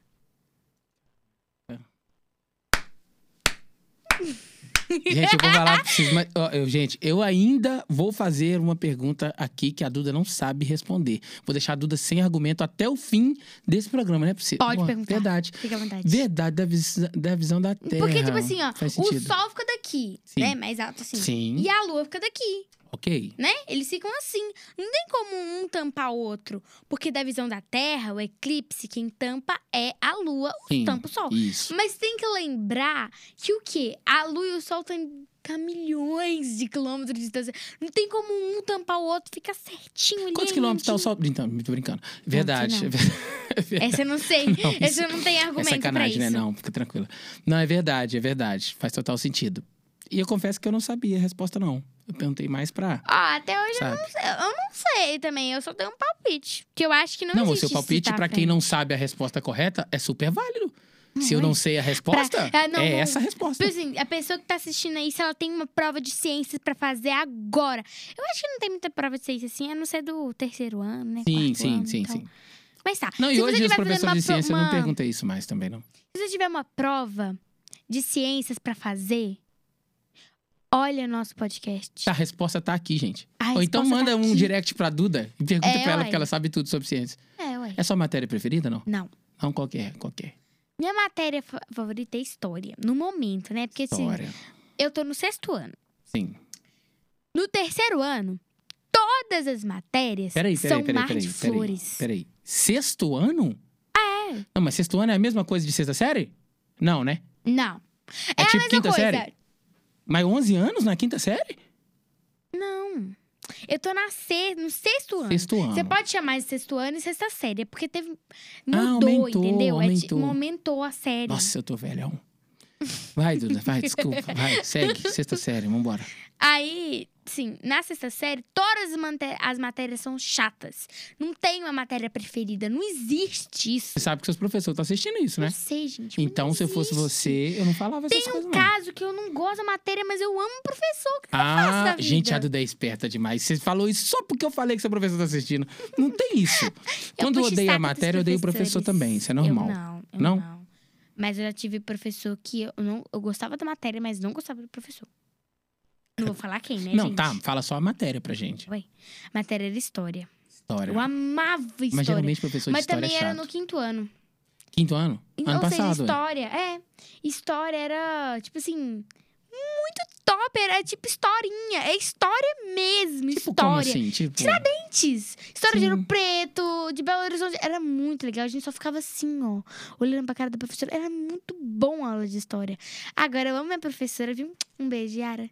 S2: Gente, eu vou falar pra vocês, mas, ó, eu, gente, eu ainda vou fazer uma pergunta aqui que a Duda não sabe responder. Vou deixar a Duda sem argumento até o fim desse programa, né? Priscila?
S1: Pode
S2: Boa,
S1: perguntar.
S2: Verdade.
S1: Fica à vontade.
S2: Verdade da, vis- da visão da Terra.
S1: Porque, tipo assim, ó,
S2: Faz
S1: o
S2: sentido.
S1: sol fica daqui,
S2: Sim.
S1: né? Mais alto assim.
S2: Sim.
S1: E a lua fica daqui.
S2: ok?
S1: né? Eles ficam assim. Não tem como um tampar o outro. Porque da visão da Terra, o eclipse, quem tampa é a Lua, o
S2: Sim.
S1: tampa o Sol.
S2: Isso.
S1: Mas tem que lembrar que o quê? A Lua e o Sol estão a milhões de quilômetros de distância. Não tem como um tampar o outro, fica certinho né, ali.
S2: Quantos quilômetros tá o sol? Então, tô brincando. Verdade.
S1: não.
S2: é verdade.
S1: Essa eu não sei.
S2: Não, isso-
S1: Essa eu não tenho
S2: É
S1: argumento pra
S2: sacanagem,
S1: isso.
S2: né? Não, fica tranquila. Não, é verdade, é verdade. Faz total sentido. E eu confesso que eu não sabia a resposta, não. Eu perguntei mais pra.
S1: Ó, até hoje
S2: Sabe?
S1: eu não sei. Eu não sei também. Eu só tenho um palpite. Que eu acho que não,
S2: Não, o
S1: existe
S2: seu palpite,
S1: esse
S2: pra quem
S1: tapa.
S2: não sabe a resposta correta, é super válido. Se eu
S1: Muito.
S2: não sei a resposta,
S1: Ah, é? não,
S2: é
S1: não.
S2: essa a resposta.
S1: Tipo assim, a pessoa que tá assistindo aí, se ela tem uma prova de ciências pra fazer agora. Eu acho que não tem muita prova de ciências assim, a não ser do terceiro ano, né?
S2: Sim,
S1: quarto
S2: sim,
S1: ano,
S2: sim,
S1: então.
S2: sim.
S1: Mas tá.
S2: Não,
S1: se
S2: e
S1: você
S2: hoje os
S1: tiver fazendo
S2: professores
S1: uma
S2: de ciência
S1: pro-
S2: não
S1: uma-
S2: perguntam isso mais também, não.
S1: Se você tiver uma prova de ciências pra fazer, olha nosso podcast.
S2: A resposta tá aqui, gente.
S1: A
S2: Ou então
S1: resposta
S2: manda
S1: tá
S2: um
S1: aqui.
S2: direct pra Duda e pergunta
S1: É,
S2: pra ela,
S1: uai.
S2: porque ela sabe tudo sobre ciência.
S1: É, ué.
S2: É sua matéria preferida, não?
S1: Não.
S2: Não, qualquer, qualquer.
S1: Minha matéria fa- favorita é história. No momento, né? Porque assim,
S2: História.
S1: eu tô no sexto ano.
S2: Sim.
S1: No terceiro ano, todas as matérias
S2: Peraí,
S1: são
S2: peraí, peraí,
S1: mar
S2: peraí.
S1: de
S2: peraí,
S1: flores.
S2: Peraí. Sexto ano? É. Não, mas sexto ano é a mesma coisa de sexta série? Não, né?
S1: Não.
S2: É, tipo quinta
S1: coisa.
S2: série? Mas 11 anos na quinta série?
S1: Não. Eu tô na se... no sexto ano.
S2: Sexto ano.
S1: Você pode chamar de sexto ano e sexta série, é porque teve. Mudou,
S2: Ah, aumentou,
S1: entendeu? É, tipo,
S2: aumentou.
S1: aumentou a série.
S2: Nossa, eu tô velhão. Vai, Duda, vai, desculpa. Vai, segue. Sexta série, vambora.
S1: Aí, sim, na sexta série, todas as, mate- as matérias são chatas. Não tem uma matéria preferida, não existe isso.
S2: Você sabe que seus professores estão assistindo isso, né?
S1: Não sei, gente. mas
S2: Então,
S1: não
S2: se eu fosse
S1: existe.
S2: você, eu não falava essas
S1: Tem
S2: coisas,
S1: um
S2: não.
S1: caso que eu não gosto da matéria, mas eu amo o professor. que faço da
S2: Ah,
S1: vida?
S2: gente, a Duda é esperta demais. Você falou isso só porque eu falei que seu professor tá assistindo. Não tem isso. Quando eu
S1: puxo
S2: odeio a
S1: saco dos
S2: matéria, eu odeio o professor
S1: professores.
S2: também. Isso é
S1: Eu
S2: normal.
S1: não, eu
S2: Não?
S1: não. Mas eu já tive professor que eu, não, eu gostava da matéria, mas não gostava do professor. Não vou falar quem, né?
S2: Não,
S1: gente?
S2: tá. Fala só a matéria pra gente.
S1: Matéria era história.
S2: História.
S1: Eu amava história.
S2: Mas geralmente professor de
S1: Mas
S2: história é
S1: também era
S2: chato.
S1: no quinto ano.
S2: Quinto ano? ano
S1: Ou
S2: passado.
S1: seja,
S2: ué.
S1: história. É. História era, tipo assim, muito top. Era tipo historinha. É história mesmo.
S2: Tipo, como
S1: história.
S2: assim? Tipo,
S1: Tiradentes. História de
S2: Sim.
S1: Ouro Preto, de Belo Horizonte. Era muito legal. A gente só ficava assim, ó, olhando pra cara da professora. Era muito bom a aula de história. Agora eu amo minha professora, viu? Um beijo, Yara.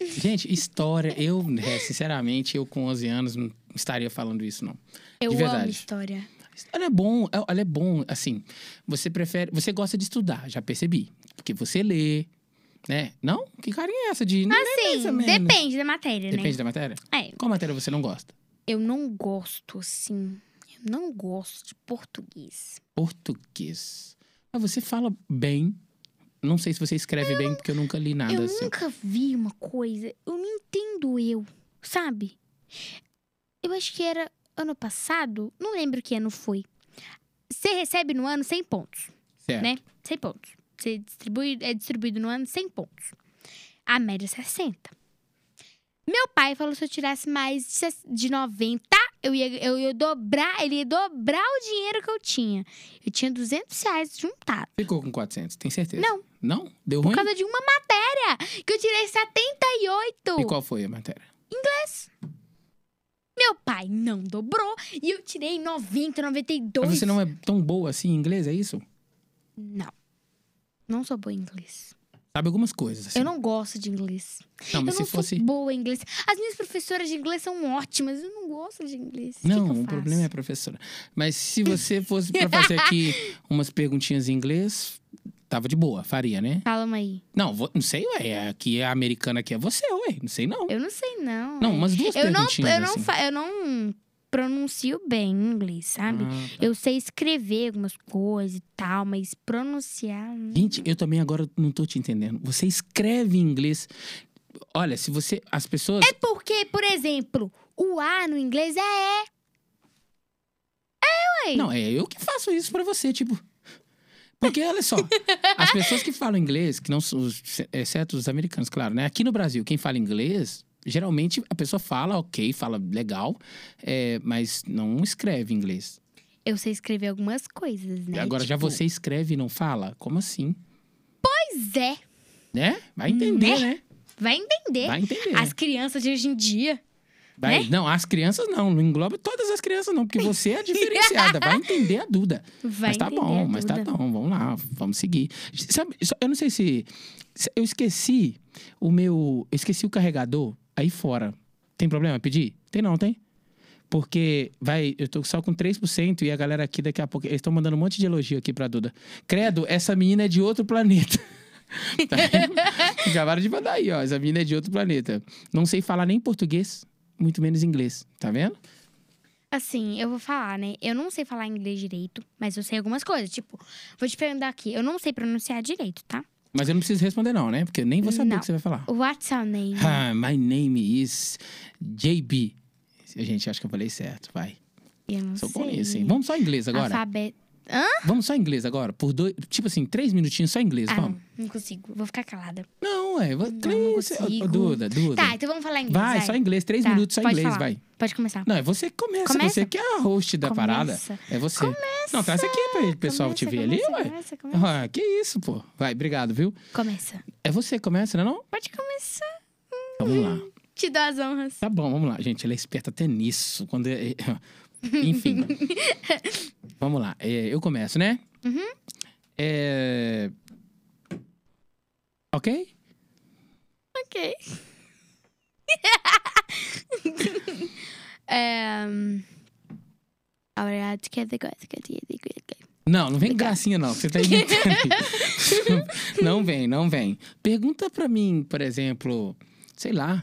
S2: Gente, história. Eu, é, sinceramente, eu com 11 anos não estaria falando isso, não.
S1: Eu
S2: De verdade.
S1: amo história.
S2: Ela é bom, ela é bom, assim. Você prefere. Você gosta de estudar, já percebi. Porque você lê, né? Não? Que carinha é essa de. Não é mais
S1: Sim,
S2: ou menos.
S1: Assim, depende da matéria,
S2: Depende
S1: né?
S2: da matéria?
S1: É,
S2: Qual matéria você não gosta?
S1: eu não gosto, assim. Eu não gosto de português.
S2: Português. Mas você fala bem. Não sei se você escreve bem, porque eu nunca li nada assim.
S1: eu
S2: seu.
S1: nunca vi uma coisa. Eu não entendo eu, sabe? Eu acho que era ano passado, não lembro que ano foi. Você recebe no ano 100 pontos,
S2: Certo.
S1: né? 100 pontos. Você distribui, é distribuído no ano 100 pontos. A média é 60. Meu pai falou que se eu tirasse mais de ses- de 90, eu ia, eu ia dobrar, ele ia dobrar o dinheiro que eu tinha. Eu tinha 200 reais juntado.
S2: Ficou com 400, tem certeza?
S1: Não.
S2: Não? Deu
S1: Por
S2: ruim?
S1: causa de uma matéria que eu tirei 78.
S2: E qual foi a matéria?
S1: Meu pai não dobrou e eu tirei 90, 92.
S2: Mas você não é tão boa assim em inglês, é isso?
S1: Não. Não sou boa em inglês.
S2: Sabe algumas coisas, assim.
S1: Eu não gosto de inglês.
S2: Não, mas
S1: eu não
S2: se fosse.
S1: sou boa em inglês. As minhas professoras de inglês são ótimas. Eu não gosto de inglês. que
S2: Não,
S1: que eu
S2: o
S1: faço?
S2: problema é a professora. Mas se você fosse pra fazer aqui umas perguntinhas em inglês, tava de boa, faria, né?
S1: Calma aí.
S2: Não, vou- não sei, ué. Aqui a americana aqui é você, ué. Não sei, não.
S1: Eu não sei, não.
S2: Não, umas duas
S1: eu não,
S2: perguntinhas.
S1: eu, não
S2: assim.
S1: fa- eu não pronuncio bem inglês, sabe?
S2: Ah, tá.
S1: Eu sei escrever algumas coisas e tal, mas pronunciar. hum.
S2: Gente, eu também agora não tô te entendendo. Você escreve em inglês. Olha, se você. As pessoas.
S1: É porque, por exemplo, o A no inglês é sei.
S2: Não, é eu que faço isso pra você, tipo. Porque, olha só, as pessoas que falam inglês, que não são, os- exceto os americanos, claro, né? Aqui no Brasil, quem fala inglês, geralmente a pessoa fala ok, fala legal, é, mas não escreve inglês.
S1: Eu sei escrever algumas coisas, né?
S2: Agora, já
S1: Tipo,
S2: você escreve e não fala? Como assim?
S1: Pois é.
S2: Né? Vai entender, né?
S1: Vai entender.
S2: Vai entender.
S1: As crianças de hoje em dia.
S2: Vai- Não, as crianças não. Não engloba todas as crianças, não. Porque você é diferenciada. vai entender a Duda.
S1: Vai
S2: mas tá
S1: entender,
S2: bom, mas tá
S1: Duda.
S2: bom. Vamos lá, vamos seguir. Sabe, só- eu não sei se... se- Eu esqueci o meu... Eu esqueci o carregador aí fora. Tem problema pedir? Tem não, tem? Porque, vai, eu tô só com 3% e a galera aqui daqui a pouco... Eles estão mandando um monte de elogio aqui pra Duda. Credo, essa menina é de outro planeta. Tá vendo? Acabaram de mandar aí, ó. Essa menina é de outro planeta. Não sei falar nem português, muito menos inglês. Tá vendo?
S1: Assim, eu vou falar, né? Eu não sei falar inglês direito, mas eu sei algumas coisas. Tipo, vou te perguntar aqui. Eu não sei pronunciar direito, tá?
S2: Mas eu não preciso responder, não, né? Porque eu nem vou saber
S1: Não.
S2: o que você vai falar.
S1: What's your name?
S2: Ah, my name is JB. Gente, acho que eu falei certo. Vai.
S1: Eu não
S2: Sou
S1: sei.
S2: bom nisso, hein? Vamos só
S1: Ah,
S2: inglês agora?
S1: Alfabeto.
S2: Vamos só inglês agora? Por dois. Tipo assim, três minutinhos só inglês.
S1: Ah,
S2: Vamos.
S1: não. Não consigo. Vou ficar calada.
S2: Não, é. vou- Três. Ô,
S1: consigo.
S2: Duda, Duda.
S1: Tá, então vamos falar inglês.
S2: vai, só inglês. Três
S1: Tá,
S2: minutos só
S1: pode
S2: inglês,
S1: falar.
S2: vai.
S1: Pode começar.
S2: Não, é você que começa.
S1: Começa?
S2: Você que é a host da
S1: Começa.
S2: parada. É você.
S1: Começa.
S2: Não, traz aqui pra o pessoal te ver ali,
S1: começa,
S2: ué.
S1: Começa, começa.
S2: Ah, que isso, pô. Vai, obrigado, viu?
S1: Começa.
S2: É você que começa, não é não?
S1: Pode começar.
S2: Então, vamos lá.
S1: Te dou as honras.
S2: Tá bom, vamos lá. Gente, ela é esperta até nisso. Quando é- Enfim. vamos lá. É, eu começo, né? É... Ok?
S1: Ok. um... Alright, together, together, together, together.
S2: Não, não vem gracinha, não. que Você tá inventando. aí. não vem, não vem. Pergunta pra mim, por exemplo, sei lá.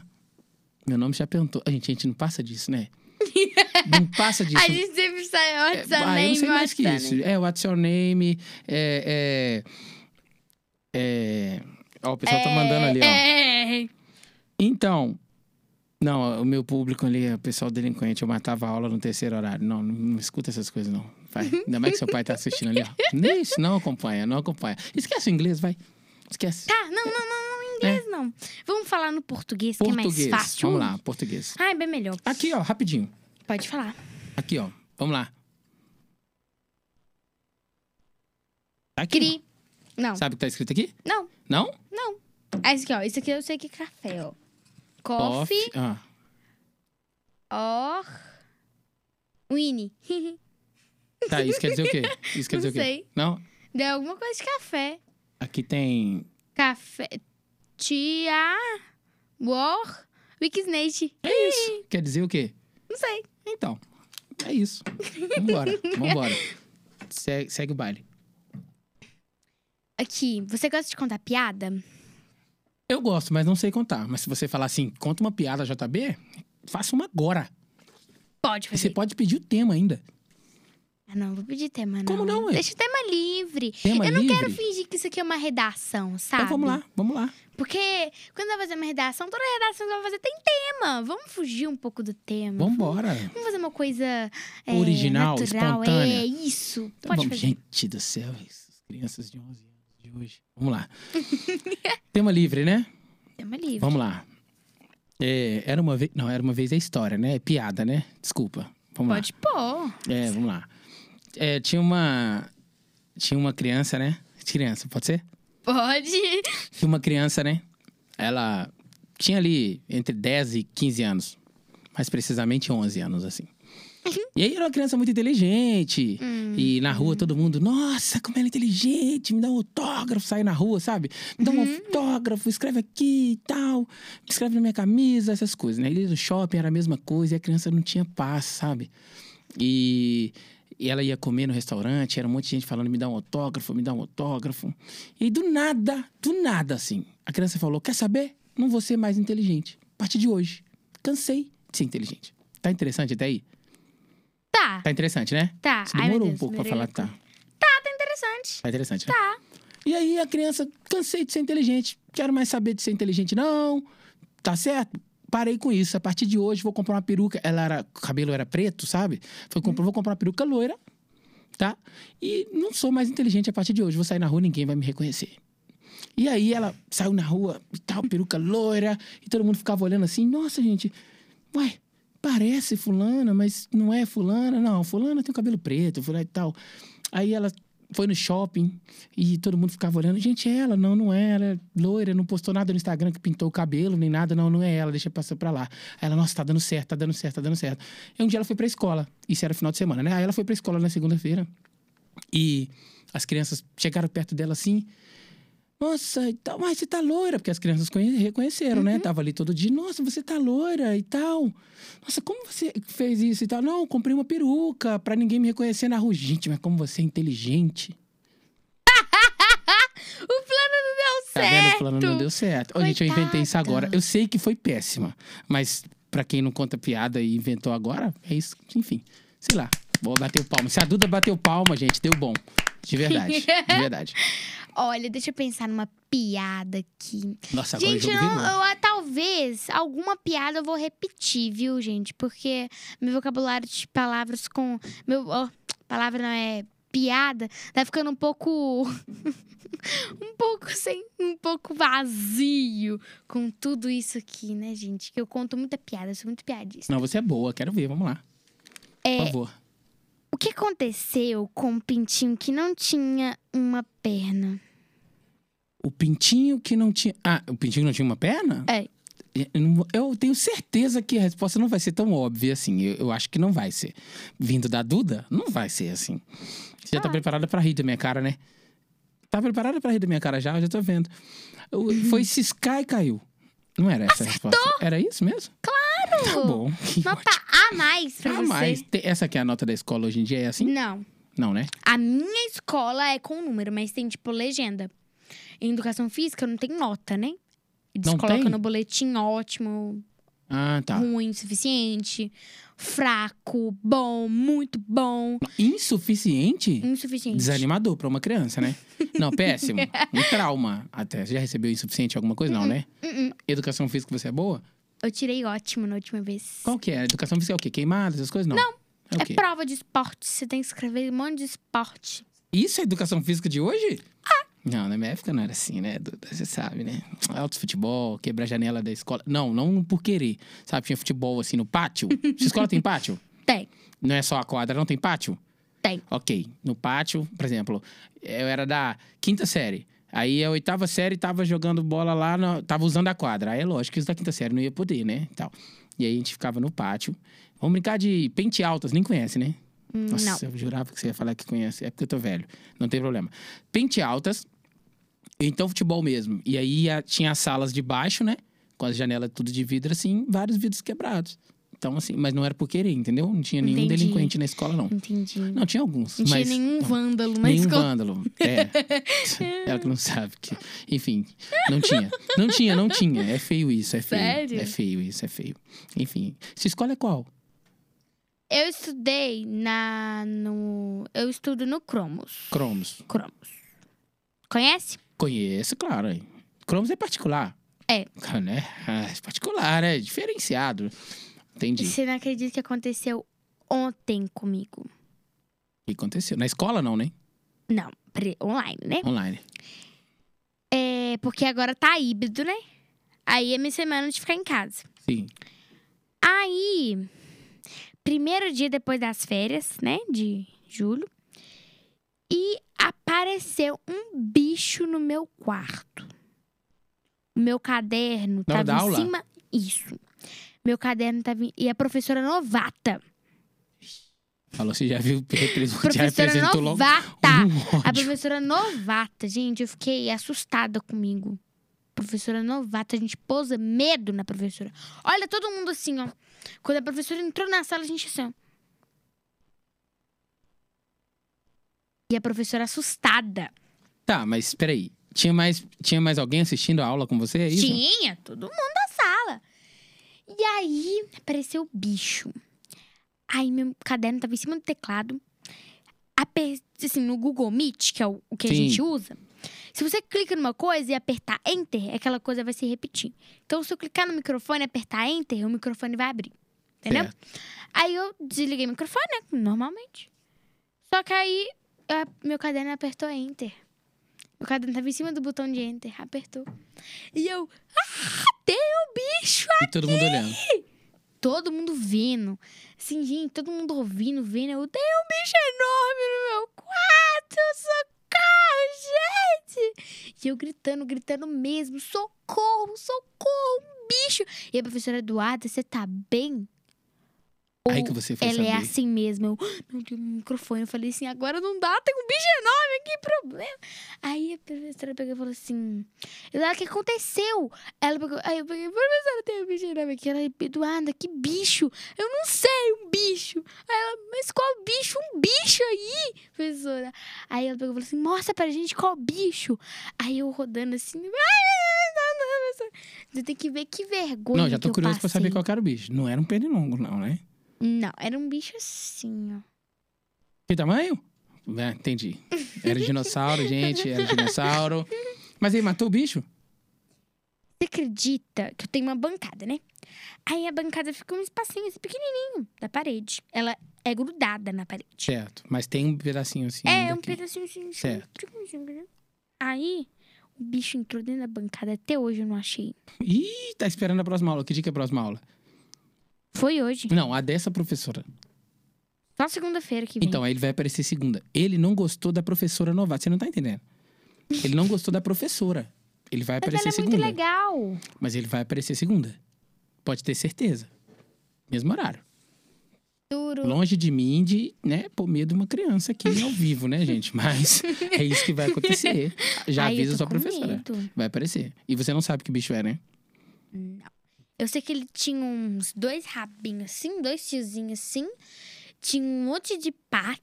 S2: Meu nome já perguntou. A gente, a gente não passa disso, né? Não passa disso.
S1: A gente sempre sai
S2: É,
S1: what's your
S2: ah, eu não
S1: name,
S2: sei mais que
S1: what's
S2: isso.
S1: your name.
S2: É, what's your name? É. é, é- Ó, o pessoal tá mandando ali, ó.
S1: É,
S2: Então. Não, o meu público ali, é o pessoal delinquente, eu matava a aula no terceiro horário. Não, não, não escuta essas coisas, não. Vai. Ainda mais que seu pai tá assistindo ali, ó. Nem Isso, não acompanha, não acompanha. Esquece o inglês, vai. Esquece.
S1: Tá, não, não, não, não, inglês não. Vamos falar no português, que é
S2: É. português.
S1: mais fácil.
S2: Vamos lá, Ah, português.
S1: Ai, bem melhor.
S2: Aqui, ó, rapidinho.
S1: Pode falar.
S2: Aqui, ó. Vamos lá. Tá Aqui,
S1: Cri. Não,
S2: ó. Sabe o que tá escrito aqui?
S1: não,
S2: Não?
S1: não. Ah, isso aqui, ó. Isso aqui eu sei que é café, ó. Coffee,
S2: Ah.
S1: or... Winnie.
S2: Tá, isso quer dizer o quê? Isso quer
S1: Não
S2: dizer o quê?
S1: sei.
S2: Não?
S1: Deu alguma coisa de café.
S2: Aqui tem.
S1: Café. Tia. War. Wikisnate.
S2: É isso. Quer dizer o quê?
S1: Não sei.
S2: Então, é isso. Vambora, vambora. Se- segue o baile.
S1: Aqui, você gosta de contar piada?
S2: Eu gosto, mas não sei contar. Mas se você falar assim, conta uma piada, JB, faça uma agora.
S1: Pode
S2: E você
S1: fazer.
S2: pode pedir o tema ainda.
S1: Ah, não, vou pedir tema, não.
S2: Como não, ué?
S1: Deixa o tema livre.
S2: Tema
S1: eu não
S2: livre?
S1: quero fingir que isso aqui é uma redação, sabe?
S2: Então vamos lá, vamos lá.
S1: Porque quando vai fazer uma redação, toda redação que vai fazer tem tema. Vamos fugir um pouco do tema.
S2: Vambora.
S1: Vamos fazer uma coisa é,
S2: Original,
S1: natural.
S2: espontânea.
S1: É isso.
S2: Tá
S1: Pode
S2: bom,
S1: fazer.
S2: gente do céu, essas crianças de 11 anos de hoje. Vamos lá. tema livre, né?
S1: Tema livre.
S2: Vamos lá. É, era uma vez. Não, era uma vez a história, né? É piada, né? Desculpa. Vamos
S1: Pode pôr.
S2: lá. É, vamos lá. É, tinha uma. Tinha uma criança, né? Criança, pode ser?
S1: Pode.
S2: Tinha uma criança, né? Ela tinha ali entre 10 e 15 anos. Mais precisamente 11 anos, assim. E aí era uma criança muito inteligente. E na rua todo mundo, nossa, como ela é inteligente, me dá um autógrafo, sai na rua, sabe? Me dá um autógrafo, escreve aqui e tal, escreve na minha camisa, essas coisas, né? Ele no shopping era a mesma coisa e a criança não tinha paz, sabe? E, e ela ia comer no restaurante, era um monte de gente falando, me dá um autógrafo, me dá um autógrafo. E aí, do nada, do nada, assim, a criança falou, quer saber? Não vou ser mais inteligente. A partir de hoje, cansei de ser inteligente. Tá interessante até aí?
S1: Tá,
S2: Tá interessante, né?
S1: tá.
S2: Você
S1: Ai, meu
S2: demorou um
S1: Deus,
S2: pouco pra
S1: melhorei
S2: falar
S1: um
S2: tá.
S1: pouco. Tá interessante.
S2: Tá interessante, né?
S1: Tá.
S2: E aí a criança, cansei de ser inteligente, quero mais saber de ser inteligente, não. Tá certo? Parei com isso. A partir de hoje vou comprar uma peruca. Ela era, o cabelo era preto, sabe? Foi comprar, vou comprar uma peruca loira, tá? E não sou mais inteligente a partir de hoje. Vou sair na rua, ninguém vai me reconhecer. E aí ela saiu na rua e tal, peruca loira, e todo mundo ficava olhando assim, nossa, gente, uai, parece fulana, mas não é fulana, não, fulana tem o cabelo preto, fulana e tal. Aí ela foi no shopping e todo mundo ficava olhando. Gente, é ela, não, não é. Ela é loira, não postou nada no Instagram que pintou o cabelo, nem nada, não, não é ela, deixa passar pra lá. Aí ela, nossa, tá dando certo, tá dando certo, tá dando certo. Aí um dia ela foi pra escola, isso era final de semana, né? Aí ela foi pra escola na segunda-feira e as crianças chegaram perto dela assim. Nossa, e tal, mas você tá loira, porque as crianças conhe- reconheceram, né?
S1: Uhum.
S2: Tava ali todo dia, nossa, você tá loira e tal. Nossa, como você fez isso e tal? Não, comprei uma peruca pra ninguém me reconhecer na rua. Gente, mas como você é inteligente.
S1: O plano não deu
S2: Tá
S1: certo.
S2: vendo? O plano não deu certo. Ô, gente, eu inventei isso
S1: Coitada.
S2: agora. Eu sei que foi péssima, mas pra quem não conta piada e inventou agora, é isso. Enfim, sei lá. Vou bater palma. Se a Duda bateu palma, gente, deu bom. De verdade. De verdade.
S1: Olha, deixa eu pensar numa piada aqui.
S2: Nossa, Tá, agora
S1: gente,
S2: o jogo
S1: não,
S2: virou.
S1: eu, ah, talvez alguma piada eu vou repetir, viu, gente? Porque meu vocabulário de palavras com. Meu, ó, palavra não é piada, tá ficando um pouco. um pouco sem. um pouco vazio com tudo isso aqui, né, gente? Que eu conto muita piada, eu sou muito piadista.
S2: Não, você é boa, quero ver, vamos lá.
S1: É,
S2: Por favor.
S1: O que aconteceu com um pintinho que não tinha uma perna?
S2: O pintinho que não tinha. Ah, o pintinho que não tinha uma perna?
S1: É.
S2: Eu não vou- Eu tenho certeza que a resposta não vai ser tão óbvia assim. Eu, eu acho que não vai ser. Vindo da Duda, não vai ser assim. Você já tá
S1: Ah.
S2: preparada pra rir da minha cara, né? Tá preparada pra rir da minha cara já? Eu já tô vendo. Eu- Foi ciscar e caiu. Não era essa a resposta. Era isso mesmo? Tá bom. Que
S1: Nota
S2: ótimo.
S1: A mais pra
S2: Ah,
S1: você.
S2: mas tem- essa que é a nota da escola hoje em dia é assim?
S1: Não.
S2: Não, né?
S1: A minha escola é com número, mas tem, tipo, legenda. Em educação física não tem nota, né? Eles
S2: Não
S1: colocam
S2: tem?
S1: no boletim ótimo,
S2: Ah, tá.
S1: ruim, insuficiente, fraco, bom, muito bom,
S2: Insuficiente?
S1: insuficiente.
S2: Desanimador pra uma criança, né? Não, péssimo. Um trauma. Até. Você já recebeu insuficiente alguma coisa? Não, né?
S1: Uh-uh.
S2: Educação física você é boa?
S1: Eu tirei ótimo na última vez.
S2: Qual que é? Educação física é o quê? Queimada, essas coisas? Não. Não. É o quê?
S1: É prova de esporte, você tem que escrever um monte de esporte.
S2: Isso é educação física de hoje? Não, na minha época não era assim, né? Duda? Você sabe, né? Altos futebol, quebrar a janela da escola. Não, não por querer. Sabe, tinha futebol assim no pátio. Sua escola tem pátio?
S1: Tem,
S2: Não é só a quadra, não tem pátio?
S1: tem.
S2: Ok, no pátio, por exemplo, eu era da quinta série. Aí a oitava série tava jogando bola lá, na- tava usando a quadra. Aí é lógico que os da quinta série não ia poder, né? e Tal. E aí a gente ficava no pátio. Vamos brincar de pente altas, nem conhece, né?
S1: Hum,
S2: Nossa,
S1: Não.
S2: eu jurava que você ia falar que conhece. É porque eu tô velho. Não tem problema. Pente altas, então futebol mesmo. E aí a- tinha as salas de baixo, né? Com as janelas tudo de vidro, assim, vários vidros quebrados. Então, assim, mas não era por querer, entendeu? Não tinha nenhum
S1: Entendi.
S2: delinquente na escola, não.
S1: Entendi. Não,
S2: Não, tinha alguns.
S1: tinha
S2: mas,
S1: nenhum
S2: não,
S1: vândalo na
S2: nenhum
S1: escola.
S2: vândalo. É. Ela que não sabe. Que... Enfim, não tinha. Não tinha, não tinha. É feio isso, é feio.
S1: Sério?
S2: É feio isso, é feio. Enfim. Sua escola é qual?
S1: Eu estudei na. No, eu estudo no Cromos.
S2: Cromos.
S1: Cromos. Conhece?
S2: Conheço, claro. hein. Cromos é particular.
S1: É.
S2: Ah, Né? Ah, é particular, é diferenciado. Entendi.
S1: Você não acredita que aconteceu ontem comigo?
S2: O que aconteceu? Na escola não, né?
S1: Não, pre- online, né?
S2: Online.
S1: É porque agora tá híbrido, né? Aí é minha semana de ficar em casa.
S2: Sim.
S1: Aí, primeiro dia depois das férias, né? De julho. E apareceu um bicho no meu quarto. O meu caderno
S2: Na
S1: tava
S2: hora da
S1: em
S2: aula?
S1: cima. Isso. Meu caderno tava. em- E a professora novata.
S2: Falou, você já viu, repres- já
S1: Professora
S2: representou logo.
S1: novata.
S2: um
S1: A
S2: ódio.
S1: professora novata, gente, eu fiquei assustada comigo. Professora novata, a gente pôs medo na professora. Olha, todo mundo assim, ó. Quando a professora entrou na sala, a gente assim, ó. E a professora assustada.
S2: Tá, mas peraí. Tinha mais, tinha mais alguém assistindo a aula com você? É isso?
S1: Tinha todo mundo na sala. E aí, apareceu o bicho. Aí, meu caderno tava em cima do teclado. Aper- Assim, no Google Meet, que é o, o que a
S2: Sim.
S1: gente usa. Se você clica numa coisa e apertar Enter, aquela coisa vai se repetir. Então, se eu clicar no microfone e apertar Enter, o microfone vai abrir. Entendeu?
S2: Certo.
S1: Aí, eu desliguei o microfone, né? Normalmente. Só que aí, a- meu caderno apertou Enter. Meu caderno tava em cima do botão de Enter. Apertou. E eu... Ah, tem um bicho!
S2: E todo mundo olhando.
S1: todo mundo vendo. Assim, gente, todo mundo ouvindo, vendo. Eu tenho um bicho enorme no meu quarto, E eu gritando, gritando mesmo: socorro, socorro, um bicho. E a professora Eduarda, você tá bem?
S2: Aí
S1: Ou
S2: que você foi
S1: Ela
S2: saber.
S1: é assim mesmo. Eu "Ah, não tem um microfone. Eu falei assim: agora não dá, tem um bicho enorme, que problema. Aí a professora pegou e falou assim: Eduarda, o que aconteceu? Ela pegou, aí eu peguei, professora, tem um bicho enorme aqui. Ela, Eduarda, que bicho? Eu não sei, um bicho. Aí ela, mas qual bicho? Um bicho aí, professora. Aí ela pegou e falou assim: mostra pra gente qual bicho. Aí eu rodando assim. "Ai, não, não, não, professora." Você tem que ver que vergonha.
S2: Não, já
S1: que
S2: tô
S1: eu
S2: curioso pra
S1: passei.
S2: saber qual que era o bicho. Não era um pernilongo, não, né?
S1: Não, era um bicho assim, ó.
S2: Que tamanho? Ah, entendi. Era dinossauro, gente, era dinossauro. Mas aí matou o bicho?
S1: Você acredita que eu tenho uma bancada, né? Aí a bancada fica um espacinho assim, pequenininho da parede. Ela é grudada na parede.
S2: Certo. Mas tem um pedacinho assim.
S1: É,
S2: ainda
S1: um
S2: aqui.
S1: pedacinho assim.
S2: Certo.
S1: assim. Aí o bicho entrou dentro da bancada. Até hoje eu não achei.
S2: Ih, tá esperando a próxima aula. Que dia que é a próxima aula?
S1: Foi hoje.
S2: Não, a dessa professora.
S1: Só segunda-feira que vem.
S2: Então, aí ele vai aparecer segunda. Ele não gostou da professora novata. Você não tá entendendo. Ele não gostou da professora. Ele vai
S1: Mas
S2: aparecer
S1: ela é muito
S2: segunda.
S1: legal.
S2: Mas ele vai aparecer segunda. Pode ter certeza. Mesmo horário.
S1: Duro.
S2: Longe de mim de, né, pôr medo uma criança aqui ao vivo, né, gente? Mas é isso que vai acontecer. Já
S1: Ai, eu
S2: avisa
S1: tô
S2: sua
S1: com
S2: professora.
S1: medo.
S2: Vai aparecer. E você não sabe que bicho é, né?
S1: Eu sei que ele tinha uns dois rabinhos assim, dois tiozinhos assim. Tinha um monte de pata,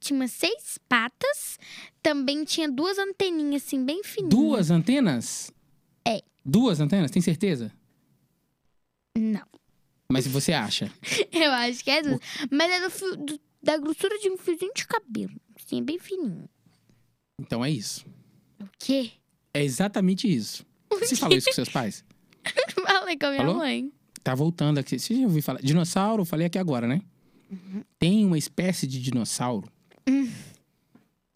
S1: tinha umas seis patas. Também tinha duas anteninhas assim, bem fininhas.
S2: Duas antenas?
S1: É.
S2: Duas antenas, tem certeza?
S1: Não,
S2: Mas você acha?
S1: eu acho que é duas. Mas é do fio- do- da grossura de um fiozinho de cabelo. Assim, bem fininho.
S2: Então é isso.
S1: O quê?
S2: É exatamente isso. Você falou isso com seus pais?
S1: Falei com a minha
S2: Falou?
S1: mãe.
S2: Tá voltando aqui. Você já ouviu falar? Dinossauro, eu falei aqui agora, né? Tem uma espécie de dinossauro.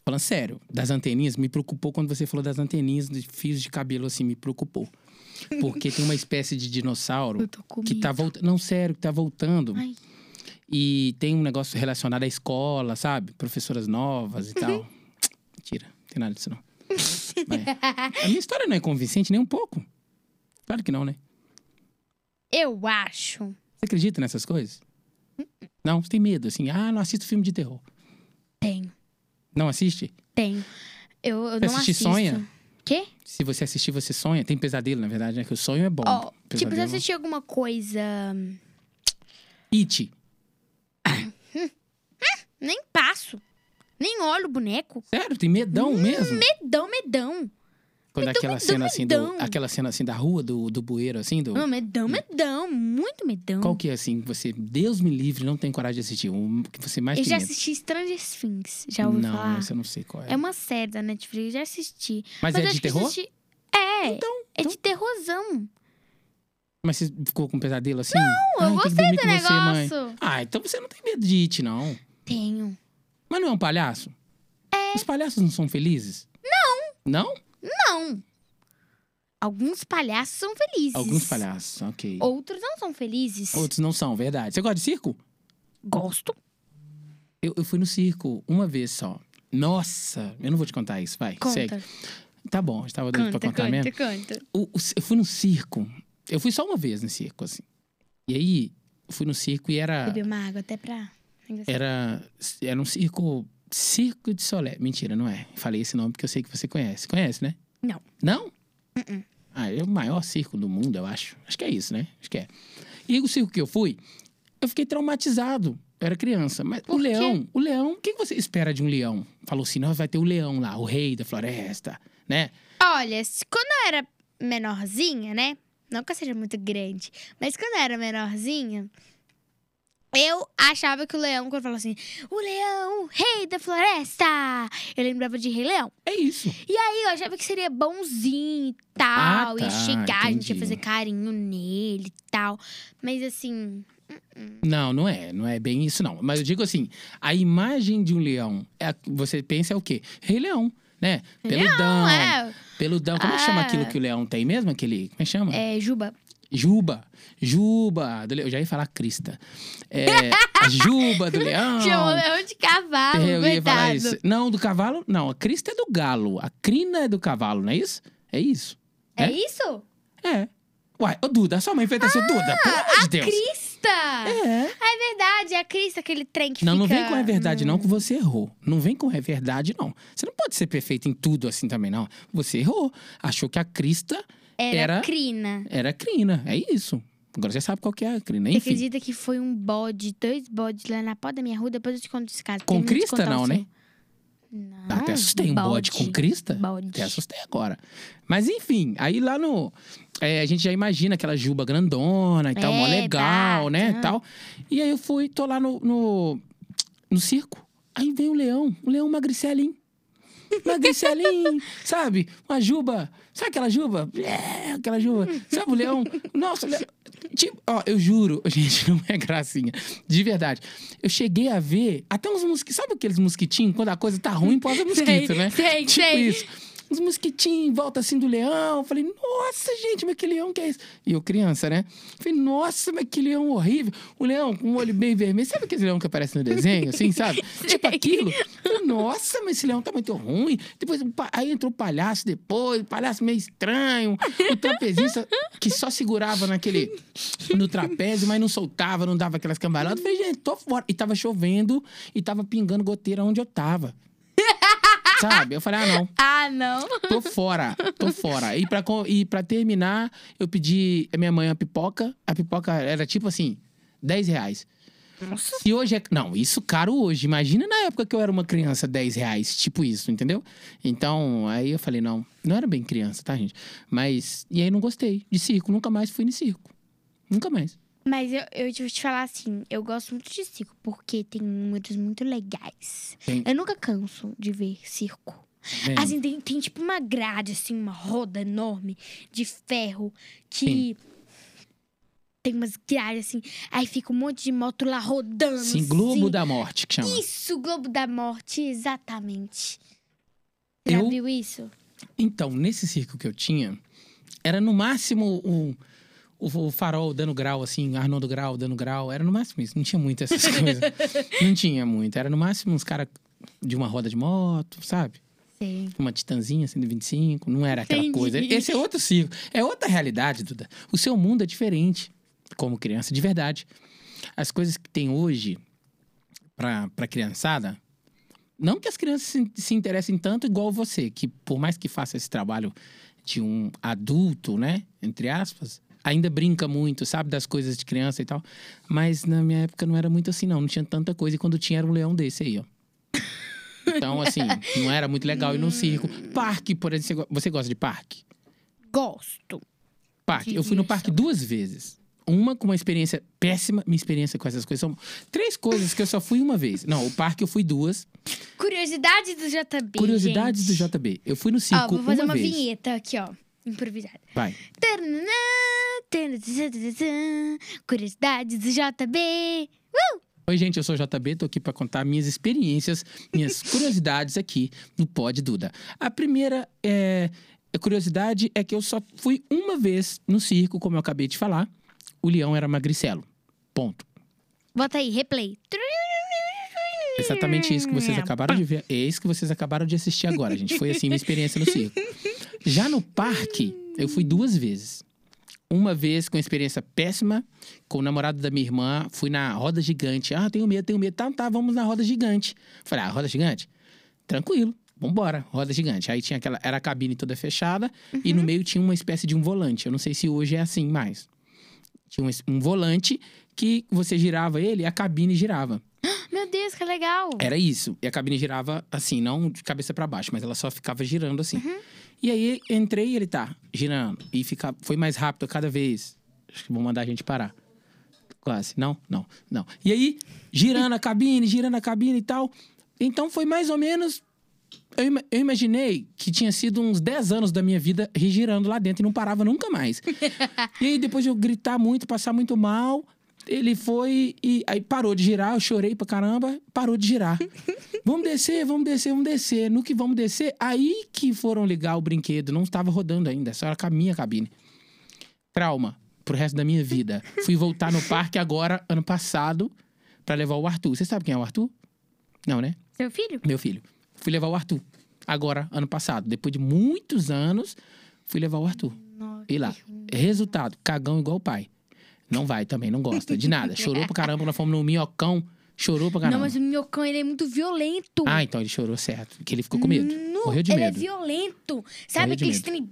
S2: Falando sério, das anteninhas, me preocupou quando você falou das anteninhas de fios de cabelo, assim, me preocupou. Porque tem uma espécie de dinossauro
S1: Eu tô com
S2: que tá voltando. Não, sério, que tá voltando.
S1: Ai.
S2: E tem um negócio relacionado à escola, sabe? Professoras novas e tal. Mentira, não tem nada disso não. Mas a minha história não é convincente nem um pouco. Claro que não, né?
S1: Eu acho.
S2: Você acredita nessas coisas? Não, você tem medo, assim. Ah, não assisto filme de terror.
S1: Tenho,
S2: Não assiste?
S1: tenho. Eu, eu
S2: Você
S1: não
S2: assiste
S1: assisto.
S2: Sonha?
S1: Quê?
S2: Se você assistir, você sonha. Tem pesadelo, na verdade, né? Que o sonho é bom.
S1: Ó, tipo, se eu
S2: Pesadelo-
S1: assistir alguma coisa
S2: é It.
S1: Nem passo. Nem olho o boneco.
S2: Sério, tem medão mesmo?
S1: Hum, Medão,
S2: Hum.
S1: medão.
S2: Quando
S1: medão,
S2: aquela
S1: medão, Hum.
S2: cena assim
S1: medão.
S2: do, aquela cena assim da rua, do, do bueiro, assim, do.
S1: Não, medão, medão. Muito medão.
S2: Qual que é assim? que Você, Deus me livre, não tem coragem de assistir. O que você mais
S1: eu
S2: tem
S1: já
S2: medo?
S1: assisti Stranger Things. Já ouviu
S2: é não,
S1: falar?
S2: essa eu não sei qual é.
S1: É uma série da Netflix. Eu já assisti.
S2: Mas,
S1: eu
S2: é
S1: acho
S2: de
S1: que eu
S2: terror?
S1: assisti- É. é
S2: então.
S1: de terrorzão.
S2: Mas você ficou com um pesadelo assim? Não,
S1: eu gostei do negócio.
S2: Ah, então você não tem medo de It, não.
S1: Tenho.
S2: Mas não é um palhaço? É. Os palhaços não são felizes? Não. Não?
S1: Não. Alguns palhaços são felizes.
S2: Alguns palhaços, ok.
S1: Outros não são felizes.
S2: Outros não são, verdade. Você gosta de circo?
S1: Gosto.
S2: Eu, eu fui no circo uma vez só. Nossa, eu não vou te contar isso, vai,
S1: Conta.
S2: segue. Tá bom, eu estava doido
S1: Conta,
S2: pra
S1: conta,
S2: contar mesmo.
S1: conta,
S2: O- o- eu fui no circo. Eu fui só uma vez no circo, assim. E aí, fui no circo e era.
S1: Bebi uma água até pra...
S2: É, Era, era um circo. Circo de Solé. Mentira, não é. Falei esse nome porque eu sei que você conhece. Conhece, né?
S1: Não. Uh-uh.
S2: Não? Ah, é o maior circo do mundo, eu acho. Acho que é isso, né? Acho que é. E o circo que eu fui, eu fiquei traumatizado. Eu era criança. Mas
S1: Por
S2: o
S1: quê?
S2: leão, o leão, o que que você espera de um leão? Falou assim: nós vai ter o leão lá, o rei da floresta, né?
S1: Olha, se- quando eu era menorzinha, né? Não que eu seja muito grande, mas quando eu era menorzinha, eu achava que o leão, quando falava assim, o leão, rei da floresta, eu lembrava de Rei Leão.
S2: É isso.
S1: Aí eu achava que seria bonzinho e tal,
S2: Ah,
S1: ia
S2: tá,
S1: chegar, a gente ia
S2: entendi.
S1: fazer carinho nele e tal. Mas assim,
S2: Não, não é. Não é bem isso, não. Mas eu digo assim: a imagem de um leão, é a- você pensa é o quê? Rei leão, né?
S1: Rei
S2: Peludão.
S1: não é,
S2: Peludão, como é que chama
S1: Ah.
S2: aquilo que o leão tem mesmo? Aquele. Como é que chama?
S1: é Juba.
S2: Juba. Juba. Do Le... Eu já ia falar Crista. É, a Juba do Leão.
S1: Chamou um leão de cavalo,
S2: É, Ah. eu ia falar isso.
S1: coitado.
S2: Não, do cavalo, não. A crista é do galo. A crina é do cavalo, não é isso? É isso.
S1: É
S2: É?
S1: isso?
S2: É. Uai, ô Duda, a sua mãe fez assim,
S1: Ah,
S2: Duda, pelo amor de Deus.
S1: Crista! É.
S2: É.
S1: verdade, é a Crista, aquele trem que
S2: Não,
S1: fica... hum.
S2: não vem com é verdade, não, que você errou. Não vem com é verdade, não. Você não pode ser perfeito em tudo assim também, não. Você errou. Achou que a crista
S1: Era,
S2: Era-
S1: crina.
S2: era crina. É isso. Agora você sabe qual que é a crina.
S1: Você
S2: Enfim.
S1: acredita que foi um bode, dois bodes lá na porta da minha rua? Depois eu te conto esse caso.
S2: Com
S1: termino de
S2: crista,
S1: contar o
S2: não,
S1: seu.
S2: né?
S1: Não,
S2: Até assustei um bode com crista.
S1: Bode.
S2: Até assustei agora. Mas enfim, aí lá no. é, a gente já imagina aquela juba grandona e tal, mó
S1: É,
S2: legal,
S1: tá,
S2: né?
S1: tá.
S2: Tal. E aí eu fui, tô lá no, no, no circo. Aí veio o leão, o leão magricelinho. Magricelinho, sabe? Uma juba. Sabe aquela juba? É, aquela juba. Sabe o leão? Nossa, o leão. Tipo, ó, eu juro, gente, não é gracinha. De verdade. Eu cheguei a ver até uns mosquitos. Sabe aqueles mosquitinhos? Quando a coisa tá ruim, pode haver mosquito,
S1: Sei,
S2: né?
S1: sei,
S2: tipo
S1: sei.
S2: isso. Uns mosquitinhos em volta assim do leão. Eu Falei, nossa, gente, mas que leão que é esse? E eu, criança, né? Falei, nossa, mas que leão horrível. O leão com o olho bem vermelho. Sabe aquele leão que aparece no desenho, assim, sabe? Tipo aquilo. Falei, nossa, mas esse leão tá muito ruim. Depois, o pa- aí entrou o palhaço depois, o palhaço meio estranho. O trapezista que só segurava naquele. no trapézio, mas não soltava, não dava aquelas cambaladas. Falei, gente, tô fora. E tava chovendo e tava pingando goteira onde eu tava. Sabe? Eu falei, ah, não.
S1: Ah, não.
S2: Tô fora, tô fora. E pra, co- e pra terminar, eu pedi a minha mãe uma pipoca. A pipoca era tipo assim, 10 reais.
S1: Nossa.
S2: E hoje é. Não, isso caro hoje. Imagina na época que eu era uma criança, 10 reais, tipo isso, entendeu? Então, aí eu falei, não, não era bem criança, tá, gente? Mas. E aí não gostei de circo, nunca mais fui no circo. Nunca mais.
S1: Mas eu, eu te- vou te falar assim, eu gosto muito de circo, porque tem números muito legais.
S2: Tem-
S1: Eu nunca canso de ver circo.
S2: Bem,
S1: Assim, tem, tem tipo uma grade, assim, uma roda enorme de ferro que. Tem umas grades assim, aí fica um monte de moto lá rodando.
S2: sim, Globo
S1: assim.
S2: da Morte, que chama.
S1: Isso, Globo da Morte, exatamente. Já
S2: Eu-
S1: viu isso?
S2: Então, nesse circo que eu tinha, era no máximo o, o, o farol dando grau, assim, Arnaldo Grau dando grau. Era no máximo isso. Não tinha muito essas coisas. não tinha muito. Era no máximo uns caras de uma roda de moto, sabe?
S1: Sim.
S2: Uma titanzinha 125. Não era aquela
S1: Entendi.
S2: coisa. Esse é outro circo. É outra realidade, Duda. O seu mundo é diferente como criança, de verdade. As coisas que tem hoje pra, pra criançada. Não que as crianças se, se interessem tanto igual você, que por mais que faça esse trabalho de um adulto, né? Entre aspas, ainda brinca muito, sabe? Das coisas de criança e tal. Mas na minha época não era muito assim, não. Não tinha tanta coisa. E quando tinha, era um leão desse aí, ó. Então, assim, não era muito legal ir num circo.
S1: Hum.
S2: Parque, por exemplo. você go- Você gosta de parque?
S1: Gosto.
S2: Parque.
S1: De
S2: Eu fui no
S1: diversão.
S2: parque duas vezes. Uma com uma experiência péssima, minha experiência com essas coisas. São três coisas que eu só fui uma vez. Não, o parque eu fui duas.
S1: Curiosidades do JB.
S2: Curiosidades
S1: gente.
S2: do JB. Eu fui no
S1: Ó,
S2: circo
S1: vou fazer
S2: uma,
S1: uma,
S2: vez.
S1: vinheta aqui, ó. Improvisada.
S2: Vai.
S1: Tananã, tananã, tananã. Curiosidades do JB.
S2: Oi, gente, eu sou o JB, tô aqui para contar minhas experiências, minhas curiosidades aqui no Pod Duda. A primeira é, a curiosidade é que eu só fui uma vez no circo, como eu acabei de falar. O leão era magricelo. Ponto.
S1: Bota aí, replay.
S2: É Exatamente isso que vocês acabaram de ver. É isso que vocês acabaram de assistir agora, gente. Foi assim minha experiência no circo. Já no parque, eu fui duas vezes. Uma vez com experiência péssima, com o namorado da minha irmã, fui na roda gigante. Ah, tenho medo, tenho medo. Tá, tá, vamos na roda gigante. Falei, ah, roda gigante? Tranquilo, vambora, roda gigante. Aí tinha aquela, era a cabine toda fechada e no meio tinha uma espécie de um volante. Eu não sei se hoje é assim mais. Tinha um, es- um volante que você girava ele e a cabine girava.
S1: Meu Deus, que legal.
S2: Era isso. E a cabine girava assim, não de cabeça pra baixo, mas ela só ficava girando assim. E aí entrei e ele tá girando. E fica, foi mais rápido cada vez. Acho que vão mandar a gente parar. Quase. Não, não, não. E aí, girando a cabine, girando a cabine e tal. Então foi mais ou menos. Eu, ima- eu imaginei que tinha sido uns 10 anos da minha vida girando lá dentro e não parava nunca mais. E aí, depois de eu gritar muito, passar muito mal, ele foi e aí parou de girar. Eu chorei pra caramba, parou de girar. vamos descer, vamos descer, vamos descer. No que vamos descer, aí que foram ligar o brinquedo. Não estava rodando ainda, só era com a minha cabine. Trauma. pro resto da minha vida. Fui voltar no parque agora, ano passado, pra levar o Arthur. Você sabe quem é o Arthur? Não, né?
S1: Seu filho?
S2: Meu filho. Fui levar o Arthur. Agora, ano passado. Depois de muitos anos, fui levar o Arthur.
S1: Nossa.
S2: E lá. Resultado, cagão igual o pai. Não vai também, não gosta de nada. Chorou pra caramba, nós fomos no minhocão. Chorou pra caramba.
S1: Não, mas o meu cão, ele é muito violento.
S2: Ah, então ele chorou certo. Que ele ficou com medo.
S1: Não,
S2: Morreu de
S1: ele
S2: medo.
S1: é violento. Sabe
S2: Morreu de
S1: aqueles trem...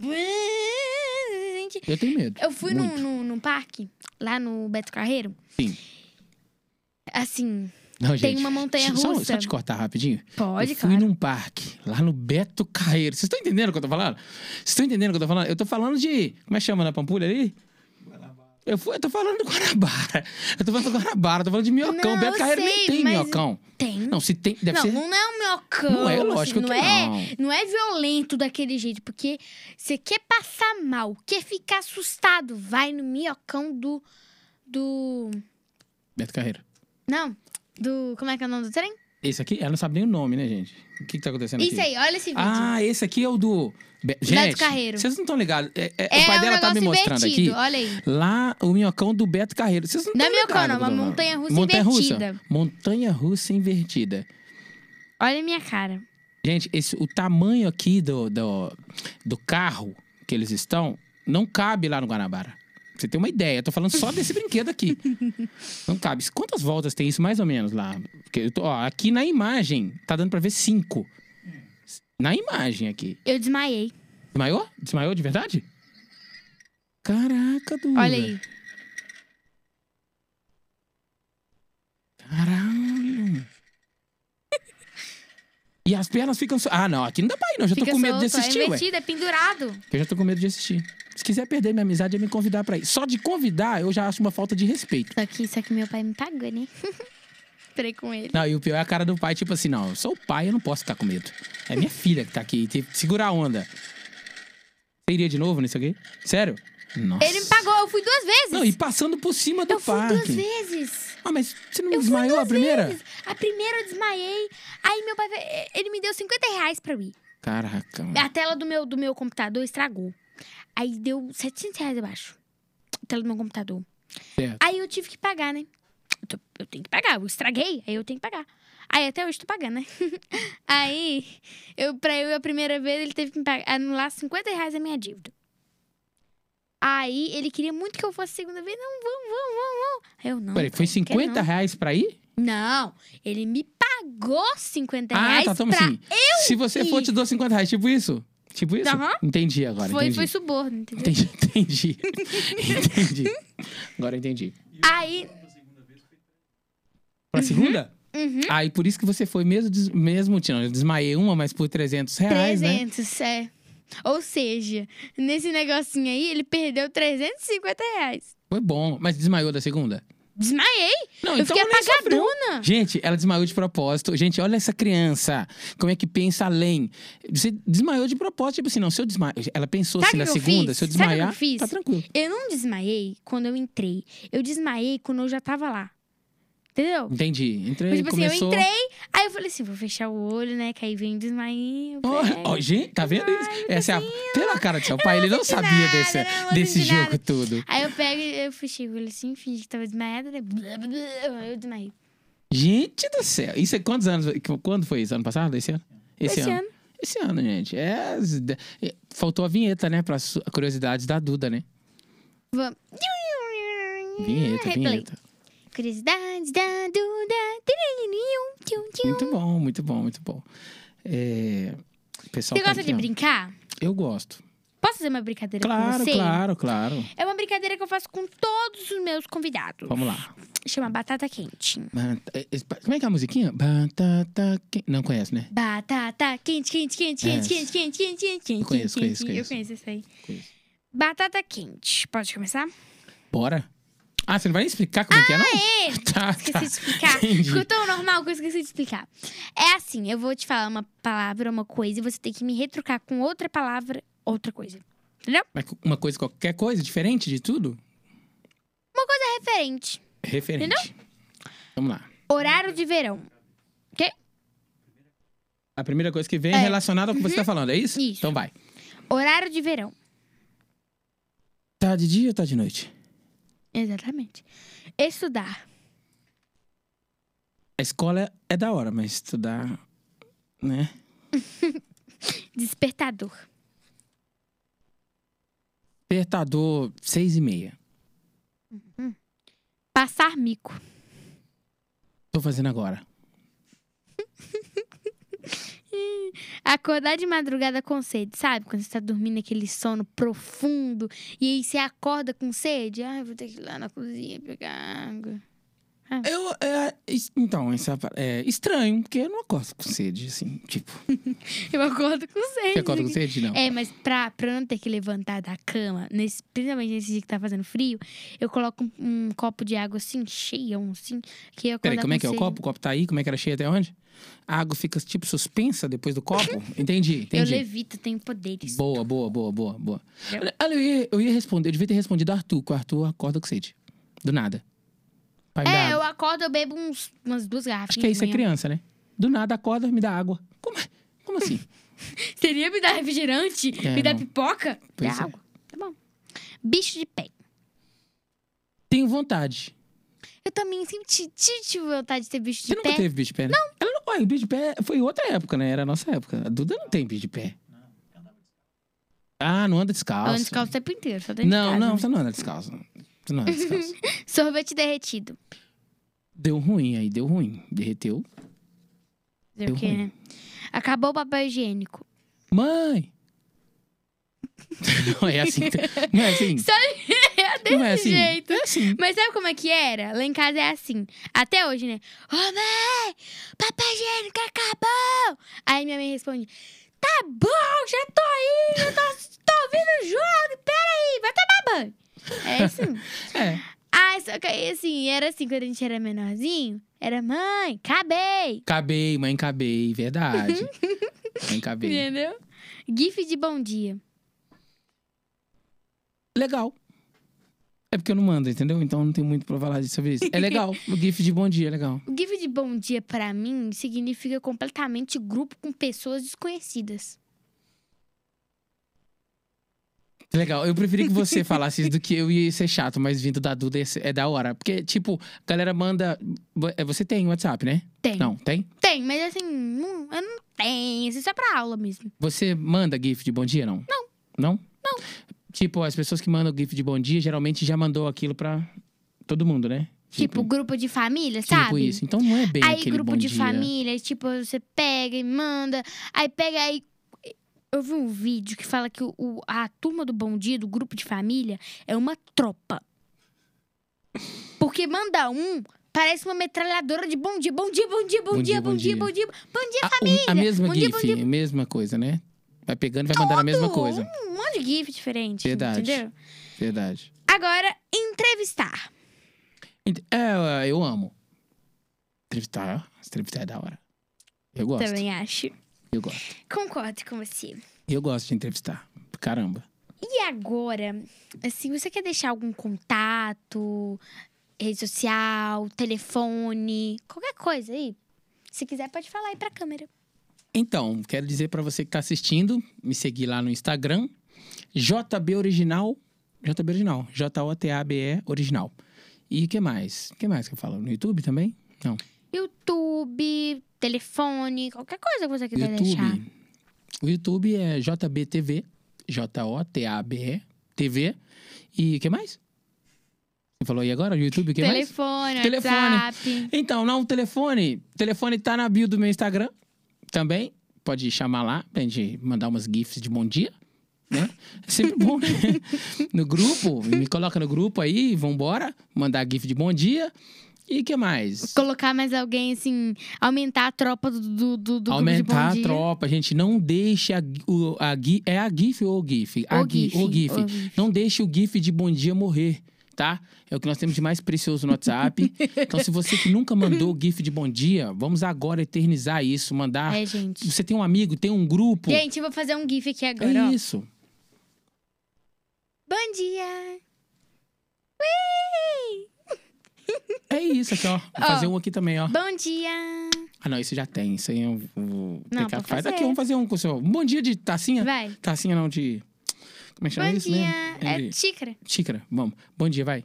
S1: Gente,
S2: Eu tenho medo.
S1: Eu fui num,
S2: muito.
S1: num- num parque, lá no Beto Carreiro.
S2: Sim.
S1: Assim,
S2: Não,
S1: tem
S2: gente.
S1: uma montanha
S2: Só- Só,
S1: russa.
S2: te cortar rapidinho.
S1: Pode,
S2: eu fui
S1: claro.
S2: num parque, lá no Beto Carreiro. Vocês estão entendendo o que eu tô falando? Vocês estão entendendo o que eu tô falando? Eu tô falando de. Como é que chama na Pampulha ali? Eu, fui, eu tô falando do Guanabara. Eu tô falando do Guanabara, eu tô falando de minhocão.
S1: Não,
S2: Beto
S1: eu
S2: Carreiro
S1: sei,
S2: nem tem
S1: mas-
S2: minhocão.
S1: tem.
S2: Não, se tem. Deve
S1: não,
S2: ser.
S1: não é um minhocão.
S2: Não é,
S1: assim,
S2: lógico
S1: não
S2: que
S1: é,
S2: não.
S1: não é violento daquele jeito, porque você quer passar mal, quer ficar assustado, vai no minhocão do. Do.
S2: Beto Carreiro.
S1: Não, do. Como é que é o nome do trem?
S2: Esse aqui, ela não sabe nem o nome, né, gente? O que, que tá acontecendo aqui?
S1: Isso aí, olha esse vídeo.
S2: Ah, esse aqui é o do. Be...
S1: Beto
S2: Gente,
S1: Carreiro.
S2: Vocês não estão ligados. É, é-
S1: é
S2: o pai
S1: um
S2: dela tá me
S1: negócio
S2: mostrando aqui.
S1: invertido, olha aí.
S2: Lá, o minhocão do Beto Carreiro. Vocês não
S1: Não é
S2: tão
S1: minhocão,
S2: ligados
S1: não, é uma
S2: do nome.
S1: montanha-russa
S2: Montanha-russa.
S1: invertida.
S2: Montanha-russa invertida.
S1: Olha a minha cara.
S2: Gente, esse, o tamanho aqui do, do, do carro que eles estão não cabe lá no Guanabara. Pra Você tem uma ideia, eu tô falando só desse brinquedo aqui. Não cabe. Quantas voltas tem isso mais ou menos lá? Porque eu tô- ó, aqui na imagem, tá dando pra ver cinco. Na imagem aqui.
S1: Eu desmaiei.
S2: Desmaiou? Desmaiou de verdade? Caraca, Duda.
S1: Olha aí.
S2: Caralho. E as pernas ficam... so- Ah, não, aqui não dá pra ir, não. Eu já
S1: Fica
S2: tô com medo de
S1: solto,
S2: assistir,
S1: é
S2: ué.
S1: invertido, é pendurado.
S2: Eu já tô com medo de assistir. Se quiser perder minha amizade, é me convidar pra ir. Só de convidar, eu já acho uma falta de respeito.
S1: Só que, só que meu pai me pagou, né? Esperei com ele.
S2: Não, e o pior é a cara do pai, tipo assim, não, eu sou o pai, eu não posso ficar com medo. É minha filha que tá aqui, tem que segurar a onda. Você iria de novo nisso aqui? Sério? Nossa.
S1: Ele me pagou, eu fui duas vezes.
S2: Não, e passando por cima do
S1: eu fui duas
S2: parque.
S1: vezes.
S2: Ah, mas você não
S1: Eu fui
S2: desmaiou a
S1: duas
S2: primeira?
S1: vezes. A primeira eu desmaiei. Aí meu pai, eh, ele me deu 50 reais pra eu ir.
S2: Caraca, mano.
S1: A tela do meu, do meu computador estragou. Aí deu 700 reais abaixo. A tela do meu computador.
S2: Certo.
S1: Aí eu tive que pagar, né? Eu, tô- eu tenho que pagar, eu estraguei, aí eu tenho que pagar. Aí até hoje tô pagando, né? aí, eu, pra eu ir a primeira vez, ele teve que me pagar, anular 50 reais a minha dívida. Aí ele queria muito que eu fosse a segunda vez. Não, vamos, vamos, vamos, vamos. Aí Eu não.
S2: Peraí,
S1: pai,
S2: foi
S1: não quero
S2: 50 reais pra ir?
S1: Não, ele me pagou 50
S2: Ah,
S1: reais.
S2: tá, toma
S1: pra...
S2: assim. Se você for,
S1: ir.
S2: te dou 50 reais. Tipo isso? Tipo isso?
S1: Aham.
S2: Entendi agora,
S1: foi,
S2: entendi.
S1: foi suborno, entendeu?
S2: Entendi, entendi. entendi. Agora eu entendi.
S1: Aí,
S2: Pra segunda?
S1: uhum,
S2: Aí por isso que você foi mesmo, des- mesmo não, eu desmaiei uma, mas por 300 reais, né?
S1: 300, é. Ou seja, nesse negocinho aí, ele perdeu 350 reais.
S2: Foi bom, mas desmaiou da segunda?
S1: Desmaiei,
S2: Não,
S1: eu
S2: então
S1: fiquei
S2: ela nem sofreu.
S1: apagadona.
S2: Gente, ela desmaiou de propósito. Gente, olha essa criança. Como é que pensa além? Você desmaiou de propósito. Tipo assim, não, se eu desmaiar. Ela pensou
S1: Sabe
S2: assim na
S1: o que eu
S2: segunda,
S1: fiz?
S2: se eu
S1: Sabe o que eu
S2: desmaiar,
S1: fiz?
S2: tá tranquilo.
S1: Eu não desmaiei quando eu entrei. Eu desmaiei quando eu já tava lá. Entendeu?
S2: Entendi. Entrei,
S1: tipo assim,
S2: começou.
S1: eu entrei, aí eu falei assim, vou fechar o olho, né? Que aí vem o desmainho.
S2: Olha,
S1: pega.
S2: ó, gente, tá vendo isso? Essa é a... Pela cara do seu pai, ele não
S1: senti
S2: sabia
S1: nada,
S2: desse,
S1: eu não
S2: desse
S1: senti
S2: jogo
S1: nada.
S2: todo.
S1: Aí eu pego, e eu fechei o olho assim, fingi que tava desmaiada, né? Blá, blá, blá, Eu desmaiei.
S2: Gente do céu. Isso é quantos anos? Quando foi isso? Ano passado? Esse ano?
S1: Esse ano.
S2: Esse ano, gente. É, as ide- é, faltou a vinheta, né? Para curiosidades da Duda, né?
S1: Vamos. É,
S2: Vinheta,
S1: Replay.
S2: vinheta.
S1: Curiosidades da Duda. Tiririnho, tchum, tchum.
S2: Muito bom, muito bom, muito bom. É, o pessoal
S1: Você
S2: tá
S1: gosta
S2: aqui,
S1: de
S2: ó.
S1: brincar?
S2: Eu gosto.
S1: Posso fazer uma brincadeira
S2: Claro,
S1: com você?
S2: claro, claro.
S1: É uma brincadeira que eu faço com todos os meus convidados.
S2: Vamos lá.
S1: Chama Batata Quente.
S2: Bata- é, é, Como é que é a musiquinha? Batata que- Não conhece, né?
S1: Batata quente, quente, quente, quente,
S2: Essa.
S1: quente, quente, quente, quente, quente.
S2: Eu conheço,
S1: quente,
S2: conheço,
S1: quente. Eu
S2: conheço.
S1: conheço essa aí.
S2: Conheço.
S1: Batata quente. Pode começar?
S2: Bora. Ah, você não vai nem explicar como é que é, não?
S1: É,
S2: Tá,
S1: esqueci
S2: tá.
S1: de explicar.
S2: Entendi.
S1: Ficou tão normal que eu esqueci de explicar. É assim, eu vou te falar uma palavra, uma coisa, e você tem que me retrucar com outra palavra, outra coisa.
S2: Mas uma coisa, qualquer coisa, diferente de tudo?
S1: É Referente.
S2: Referente. Vamos lá.
S1: Horário de verão.
S2: A primeira coisa que vem é,
S1: É.
S2: relacionada ao que você tá falando, é isso?
S1: Isso.
S2: Então vai.
S1: Horário de verão.
S2: Tá de dia ou tá de noite?
S1: Exatamente. Estudar.
S2: A escola é da hora, mas estudar, né?
S1: Despertador.
S2: Despertador seis e meia.
S1: Passar mico.
S2: Tô fazendo agora.
S1: Acordar de madrugada com sede, sabe? Quando você tá dormindo aquele sono profundo e aí você acorda com sede. Ah, vou ter que ir lá na cozinha pegar água.
S2: Eu, é, es- então, isso é, é estranho, porque eu não acordo com sede, assim, tipo.
S1: Eu acordo com sede.
S2: Você acorda com sede? Não.
S1: É, mas pra, pra eu não ter que levantar da cama, nesse, principalmente nesse dia que tá fazendo frio, eu coloco um, um copo de água assim, cheião, assim, que eu
S2: Peraí,
S1: acordo
S2: como é que é o
S1: sede.
S2: copo? O copo tá aí? Como é que era cheio até onde? A água fica, tipo, suspensa depois do copo? Entendi,
S1: Eu
S2: entendi.
S1: levito, tenho poderes.
S2: Boa, boa, boa, boa, boa.
S1: Eu-
S2: Olha, eu ia, eu ia responder, eu devia ter respondido Arthur, que o Arthur acorda com sede. Do nada. Pai, me dá
S1: É,
S2: água.
S1: eu acordo, eu bebo uns, umas duas garrafas.
S2: Acho que é isso, é criança, né? Do nada acorda, me dá água. Como, é- como assim?
S1: Seria me dar refrigerante?
S2: É,
S1: me dar
S2: não.
S1: pipoca? Me
S2: Pois
S1: dá
S2: é.
S1: água. Tá bom. Bicho de pé.
S2: Tenho vontade.
S1: Eu também sempre ti- ti- tive vontade de ter bicho
S2: Você
S1: de
S2: nunca
S1: pé.
S2: teve bicho de pé, né? Ela Não. Ué, o bicho de pé foi outra época, né? Era a nossa época. A Duda não tem bicho de pé. Ah, não anda descalço.
S1: Eu ando descalço o tempo inteiro, só dentro de
S2: Não,
S1: casa,
S2: não,
S1: né?
S2: você não anda descalço. Você não anda descalço.
S1: Sorvete derretido.
S2: deu ruim aí, deu ruim. Derreteu.
S1: Dizer
S2: Eu
S1: o quê,
S2: ruim.
S1: né? Acabou o papel higiênico.
S2: Mãe! não é assim. que tá- Não é assim.
S1: É desse
S2: não é assim.
S1: jeito.
S2: É assim.
S1: Mas sabe como é que era? Lá em casa é assim. Até hoje, né? Ô, mãe! Papel higiênico acabou! Aí minha mãe responde: Tá bom, já tô aí, eu tô, tô ouvindo o jogo, peraí, vai tomar banho. É assim.
S2: É.
S1: Ah, só que aí assim, era assim quando a gente era menorzinho. Era mãe, acabei.
S2: Cabei, mãe, cabei. Verdade. mãe, cabei.
S1: Entendeu? GIF de bom dia.
S2: Legal. É porque eu não mando, entendeu? Então não tem muito pra falar disso sobre isso. É legal. O GIF de bom dia é legal.
S1: O GIF de bom dia, pra mim, significa completamente grupo com pessoas desconhecidas.
S2: Legal. Eu preferi que você falasse isso do que eu ia ser chato, mas vindo da Duda ia ser- é da hora. Porque, tipo, a galera manda. é, Você tem WhatsApp, né?
S1: Tem.
S2: Não, tem?
S1: Tem, mas assim, não, eu não tenho. Isso é só pra aula mesmo.
S2: Você manda GIF de bom dia, não? Não. Não? Não. Tipo, as pessoas que mandam GIF de bom dia geralmente já mandou aquilo pra todo mundo, né?
S1: Tipo, grupo de família,
S2: tipo
S1: sabe?
S2: isso. Então não é bem
S1: Aí
S2: aquele
S1: grupo
S2: bom
S1: de
S2: dia.
S1: família, tipo, você pega e manda. Aí pega aí. Eu vi um vídeo que fala que o- o- a turma do Bom Dia, do grupo de família, é uma tropa. Porque manda um, parece uma metralhadora de bom dia, bom dia, bom dia, bom, dia, bom dia, bom dia, bom dia,
S2: A, o- a mesma
S1: Bom dia,
S2: GIF,
S1: bom
S2: a mesma coisa, né? Vai pegando e vai mandando a mesma
S1: tudo.
S2: coisa.
S1: Um monte de gif diferente,
S2: Verdade.
S1: entendeu?
S2: Verdade.
S1: Agora, entrevistar.
S2: Ent- É, eu amo. Entrevistar, entrevistar é da hora. Eu gosto.
S1: Também acho.
S2: Eu gosto.
S1: Concordo com você.
S2: Eu gosto de entrevistar. Caramba.
S1: E agora, assim, você quer deixar algum contato, rede social, telefone, qualquer coisa aí? Se quiser, pode falar aí pra câmera.
S2: Então, quero dizer pra você que tá assistindo, me seguir lá no Instagram, JB Original, JB Original, J-O-T-A-B-E Original. E o que mais? O que mais que eu falo? No YouTube também? Não.
S1: YouTube, telefone, qualquer coisa que você quiser deixar.
S2: YouTube. O YouTube é JBTV, J-O-T-A-B-E, TV. E o que mais? Você falou aí agora? YouTube, o que mais?
S1: telefone,
S2: Telefone.
S1: WhatsApp.
S2: Então, não, o telefone. O telefone tá na bio do meu Instagram também. Pode chamar lá pra gente mandar umas GIFs de bom dia. Né? É sempre bom, né? No grupo, me coloca no grupo aí, vambora. Mandar GIF de bom dia. E o que mais?
S1: Colocar mais alguém, assim, aumentar a tropa do, do, do, do
S2: Aumentar
S1: grupo de
S2: a
S1: bom dia.
S2: tropa, gente. Não deixe a, gi- o, a GIF. É a GIF ou o GIF? A
S1: O
S2: gi-
S1: GIF,
S2: O GIF.
S1: o GIF.
S2: Não deixe o GIF de bom dia morrer, tá? É o que nós temos de mais precioso no WhatsApp. então, se você que nunca mandou o GIF de bom dia, vamos agora eternizar isso. Mandar.
S1: É, gente.
S2: Você tem um amigo, tem um grupo.
S1: Gente, eu vou fazer um gif aqui agora, ó.
S2: é isso.
S1: Bom dia!
S2: É isso aqui, ó. Vou
S1: Ó.
S2: fazer um aqui também, ó.
S1: Bom dia!
S2: Ah, não, isso já tem. Isso aí eu vou.
S1: Não,
S2: pegar-
S1: pode
S2: faz aqui,
S1: fazer.
S2: vamos fazer um com o seu. Bom dia de tacinha.
S1: Vai.
S2: Tacinha não, de. Como é que chama
S1: Bom
S2: isso
S1: dia!
S2: mesmo?
S1: É
S2: De-
S1: xícara.
S2: Xícara, vamos. Bom dia, vai.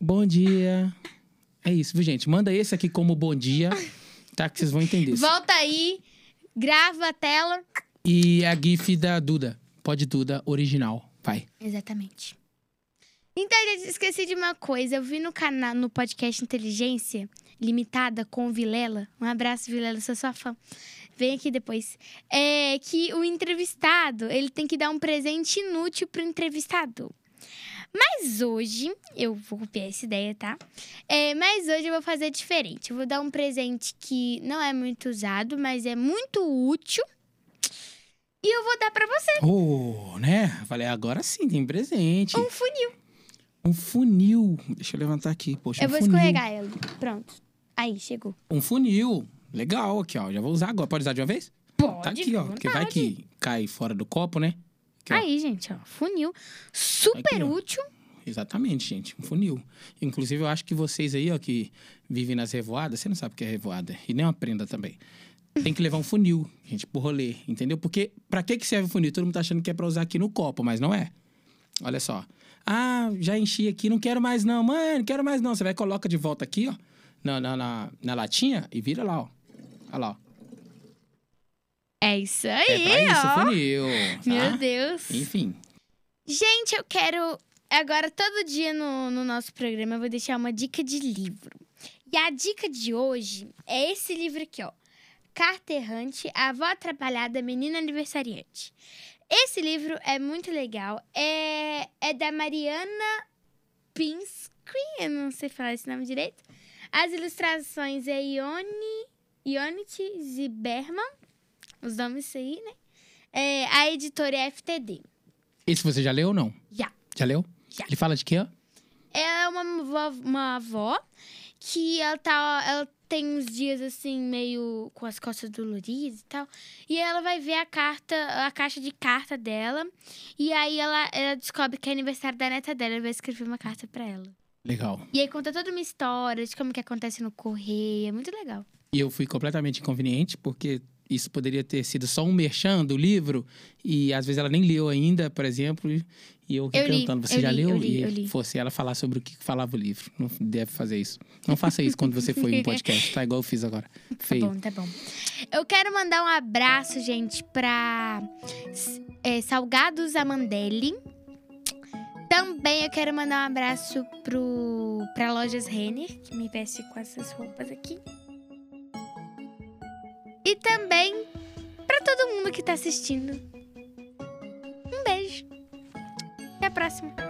S2: Bom dia. É isso, viu, gente? Manda esse aqui como bom dia, tá? Que vocês vão entender.
S1: Volta aí, grava a tela.
S2: E a GIF da Duda. Pode Duda original. Vai.
S1: Exatamente. Então, gente, esqueci de uma coisa. Eu vi no canal, no podcast Inteligência Limitada com o Vilela. Um abraço, Vilela, sou sua fã. Vem aqui depois. É que o entrevistado, ele tem que dar um presente inútil pro entrevistador. Mas hoje, eu vou copiar essa ideia, tá? É, mas hoje eu vou fazer diferente. Eu vou dar um presente que não é muito usado, mas é muito útil. E eu vou dar pra você
S2: Oh, né? Falei, agora sim, tem presente.
S1: um funil.
S2: Um funil. Deixa eu levantar aqui. Poxa,
S1: Eu
S2: um
S1: vou
S2: funil.
S1: escorregar ela. Pronto. Aí, chegou.
S2: Um funil. Legal aqui, ó. Já vou usar agora. Pode usar de uma vez?
S1: Pode.
S2: tá aqui, ó. Porque vai que cai fora do copo, né? aqui, ó. Tá
S1: Aí, gente, ó. Funil. Super
S2: Aqui, ó.
S1: útil.
S2: Exatamente, gente. Um funil. Inclusive, eu acho que vocês aí, ó, que vivem nas revoadas, você não sabe o que é revoada. E nem aprenda também. Tem que levar um funil, gente, pro rolê, entendeu? Porque pra que que serve o funil? Todo mundo tá achando que é pra usar aqui no copo, mas não é. Olha só. Ah, já enchi aqui, não quero mais não. Mãe, não quero mais não. Você vai e coloca de volta aqui, ó, na, na, na, na latinha e vira lá, ó. Olha lá, ó.
S1: É isso aí,
S2: É pra isso,
S1: ó.
S2: funil. tá?
S1: Meu Deus.
S2: Enfim.
S1: Gente, eu quero. Agora, todo dia no, no nosso programa, eu vou deixar uma dica de livro. E a dica de hoje é esse livro aqui, ó. Carta Errante, A Avó Atrapalhada, Menina Aniversariante. Esse livro é muito legal. É, é da Mariana Pinsky, eu não sei falar esse nome direito. As ilustrações é Ione, Ionity Ziberman. Os nomes aí, né? É, a editora é FTD.
S2: Esse você já leu ou não?
S1: Já.
S2: Já leu?
S1: Já.
S2: Ele fala de quê, ó?
S1: É uma avó, uma avó que ela tá. Ela tem uns dias assim, meio com as costas doloridas e tal. E ela vai ver a carta, a caixa de carta dela. E aí ela, ela descobre que é aniversário da neta dela e vai escrever uma carta pra ela.
S2: Legal.
S1: E aí conta toda uma história de como que acontece no correio. É muito legal.
S2: E eu fui completamente inconveniente, porque isso poderia ter sido só um merchan do livro, e às vezes ela nem leu ainda, por exemplo, e e eu, aqui
S1: Eu li,
S2: perguntando, você
S1: eu
S2: já
S1: li,
S2: leu?
S1: eu li,
S2: e
S1: eu li.
S2: fosse ela falar sobre o que falava o livro. Não deve fazer isso. Não faça isso quando você for em um podcast, tá? Igual eu fiz agora.
S1: Tá
S2: Feio.
S1: bom, tá bom. Eu quero mandar um abraço, gente, pra é, Salgados Amandelli. Também eu quero mandar um abraço pro, pra Lojas Renner, que me veste com essas roupas aqui. E também pra todo mundo que tá assistindo. Um beijo. Até a próxima.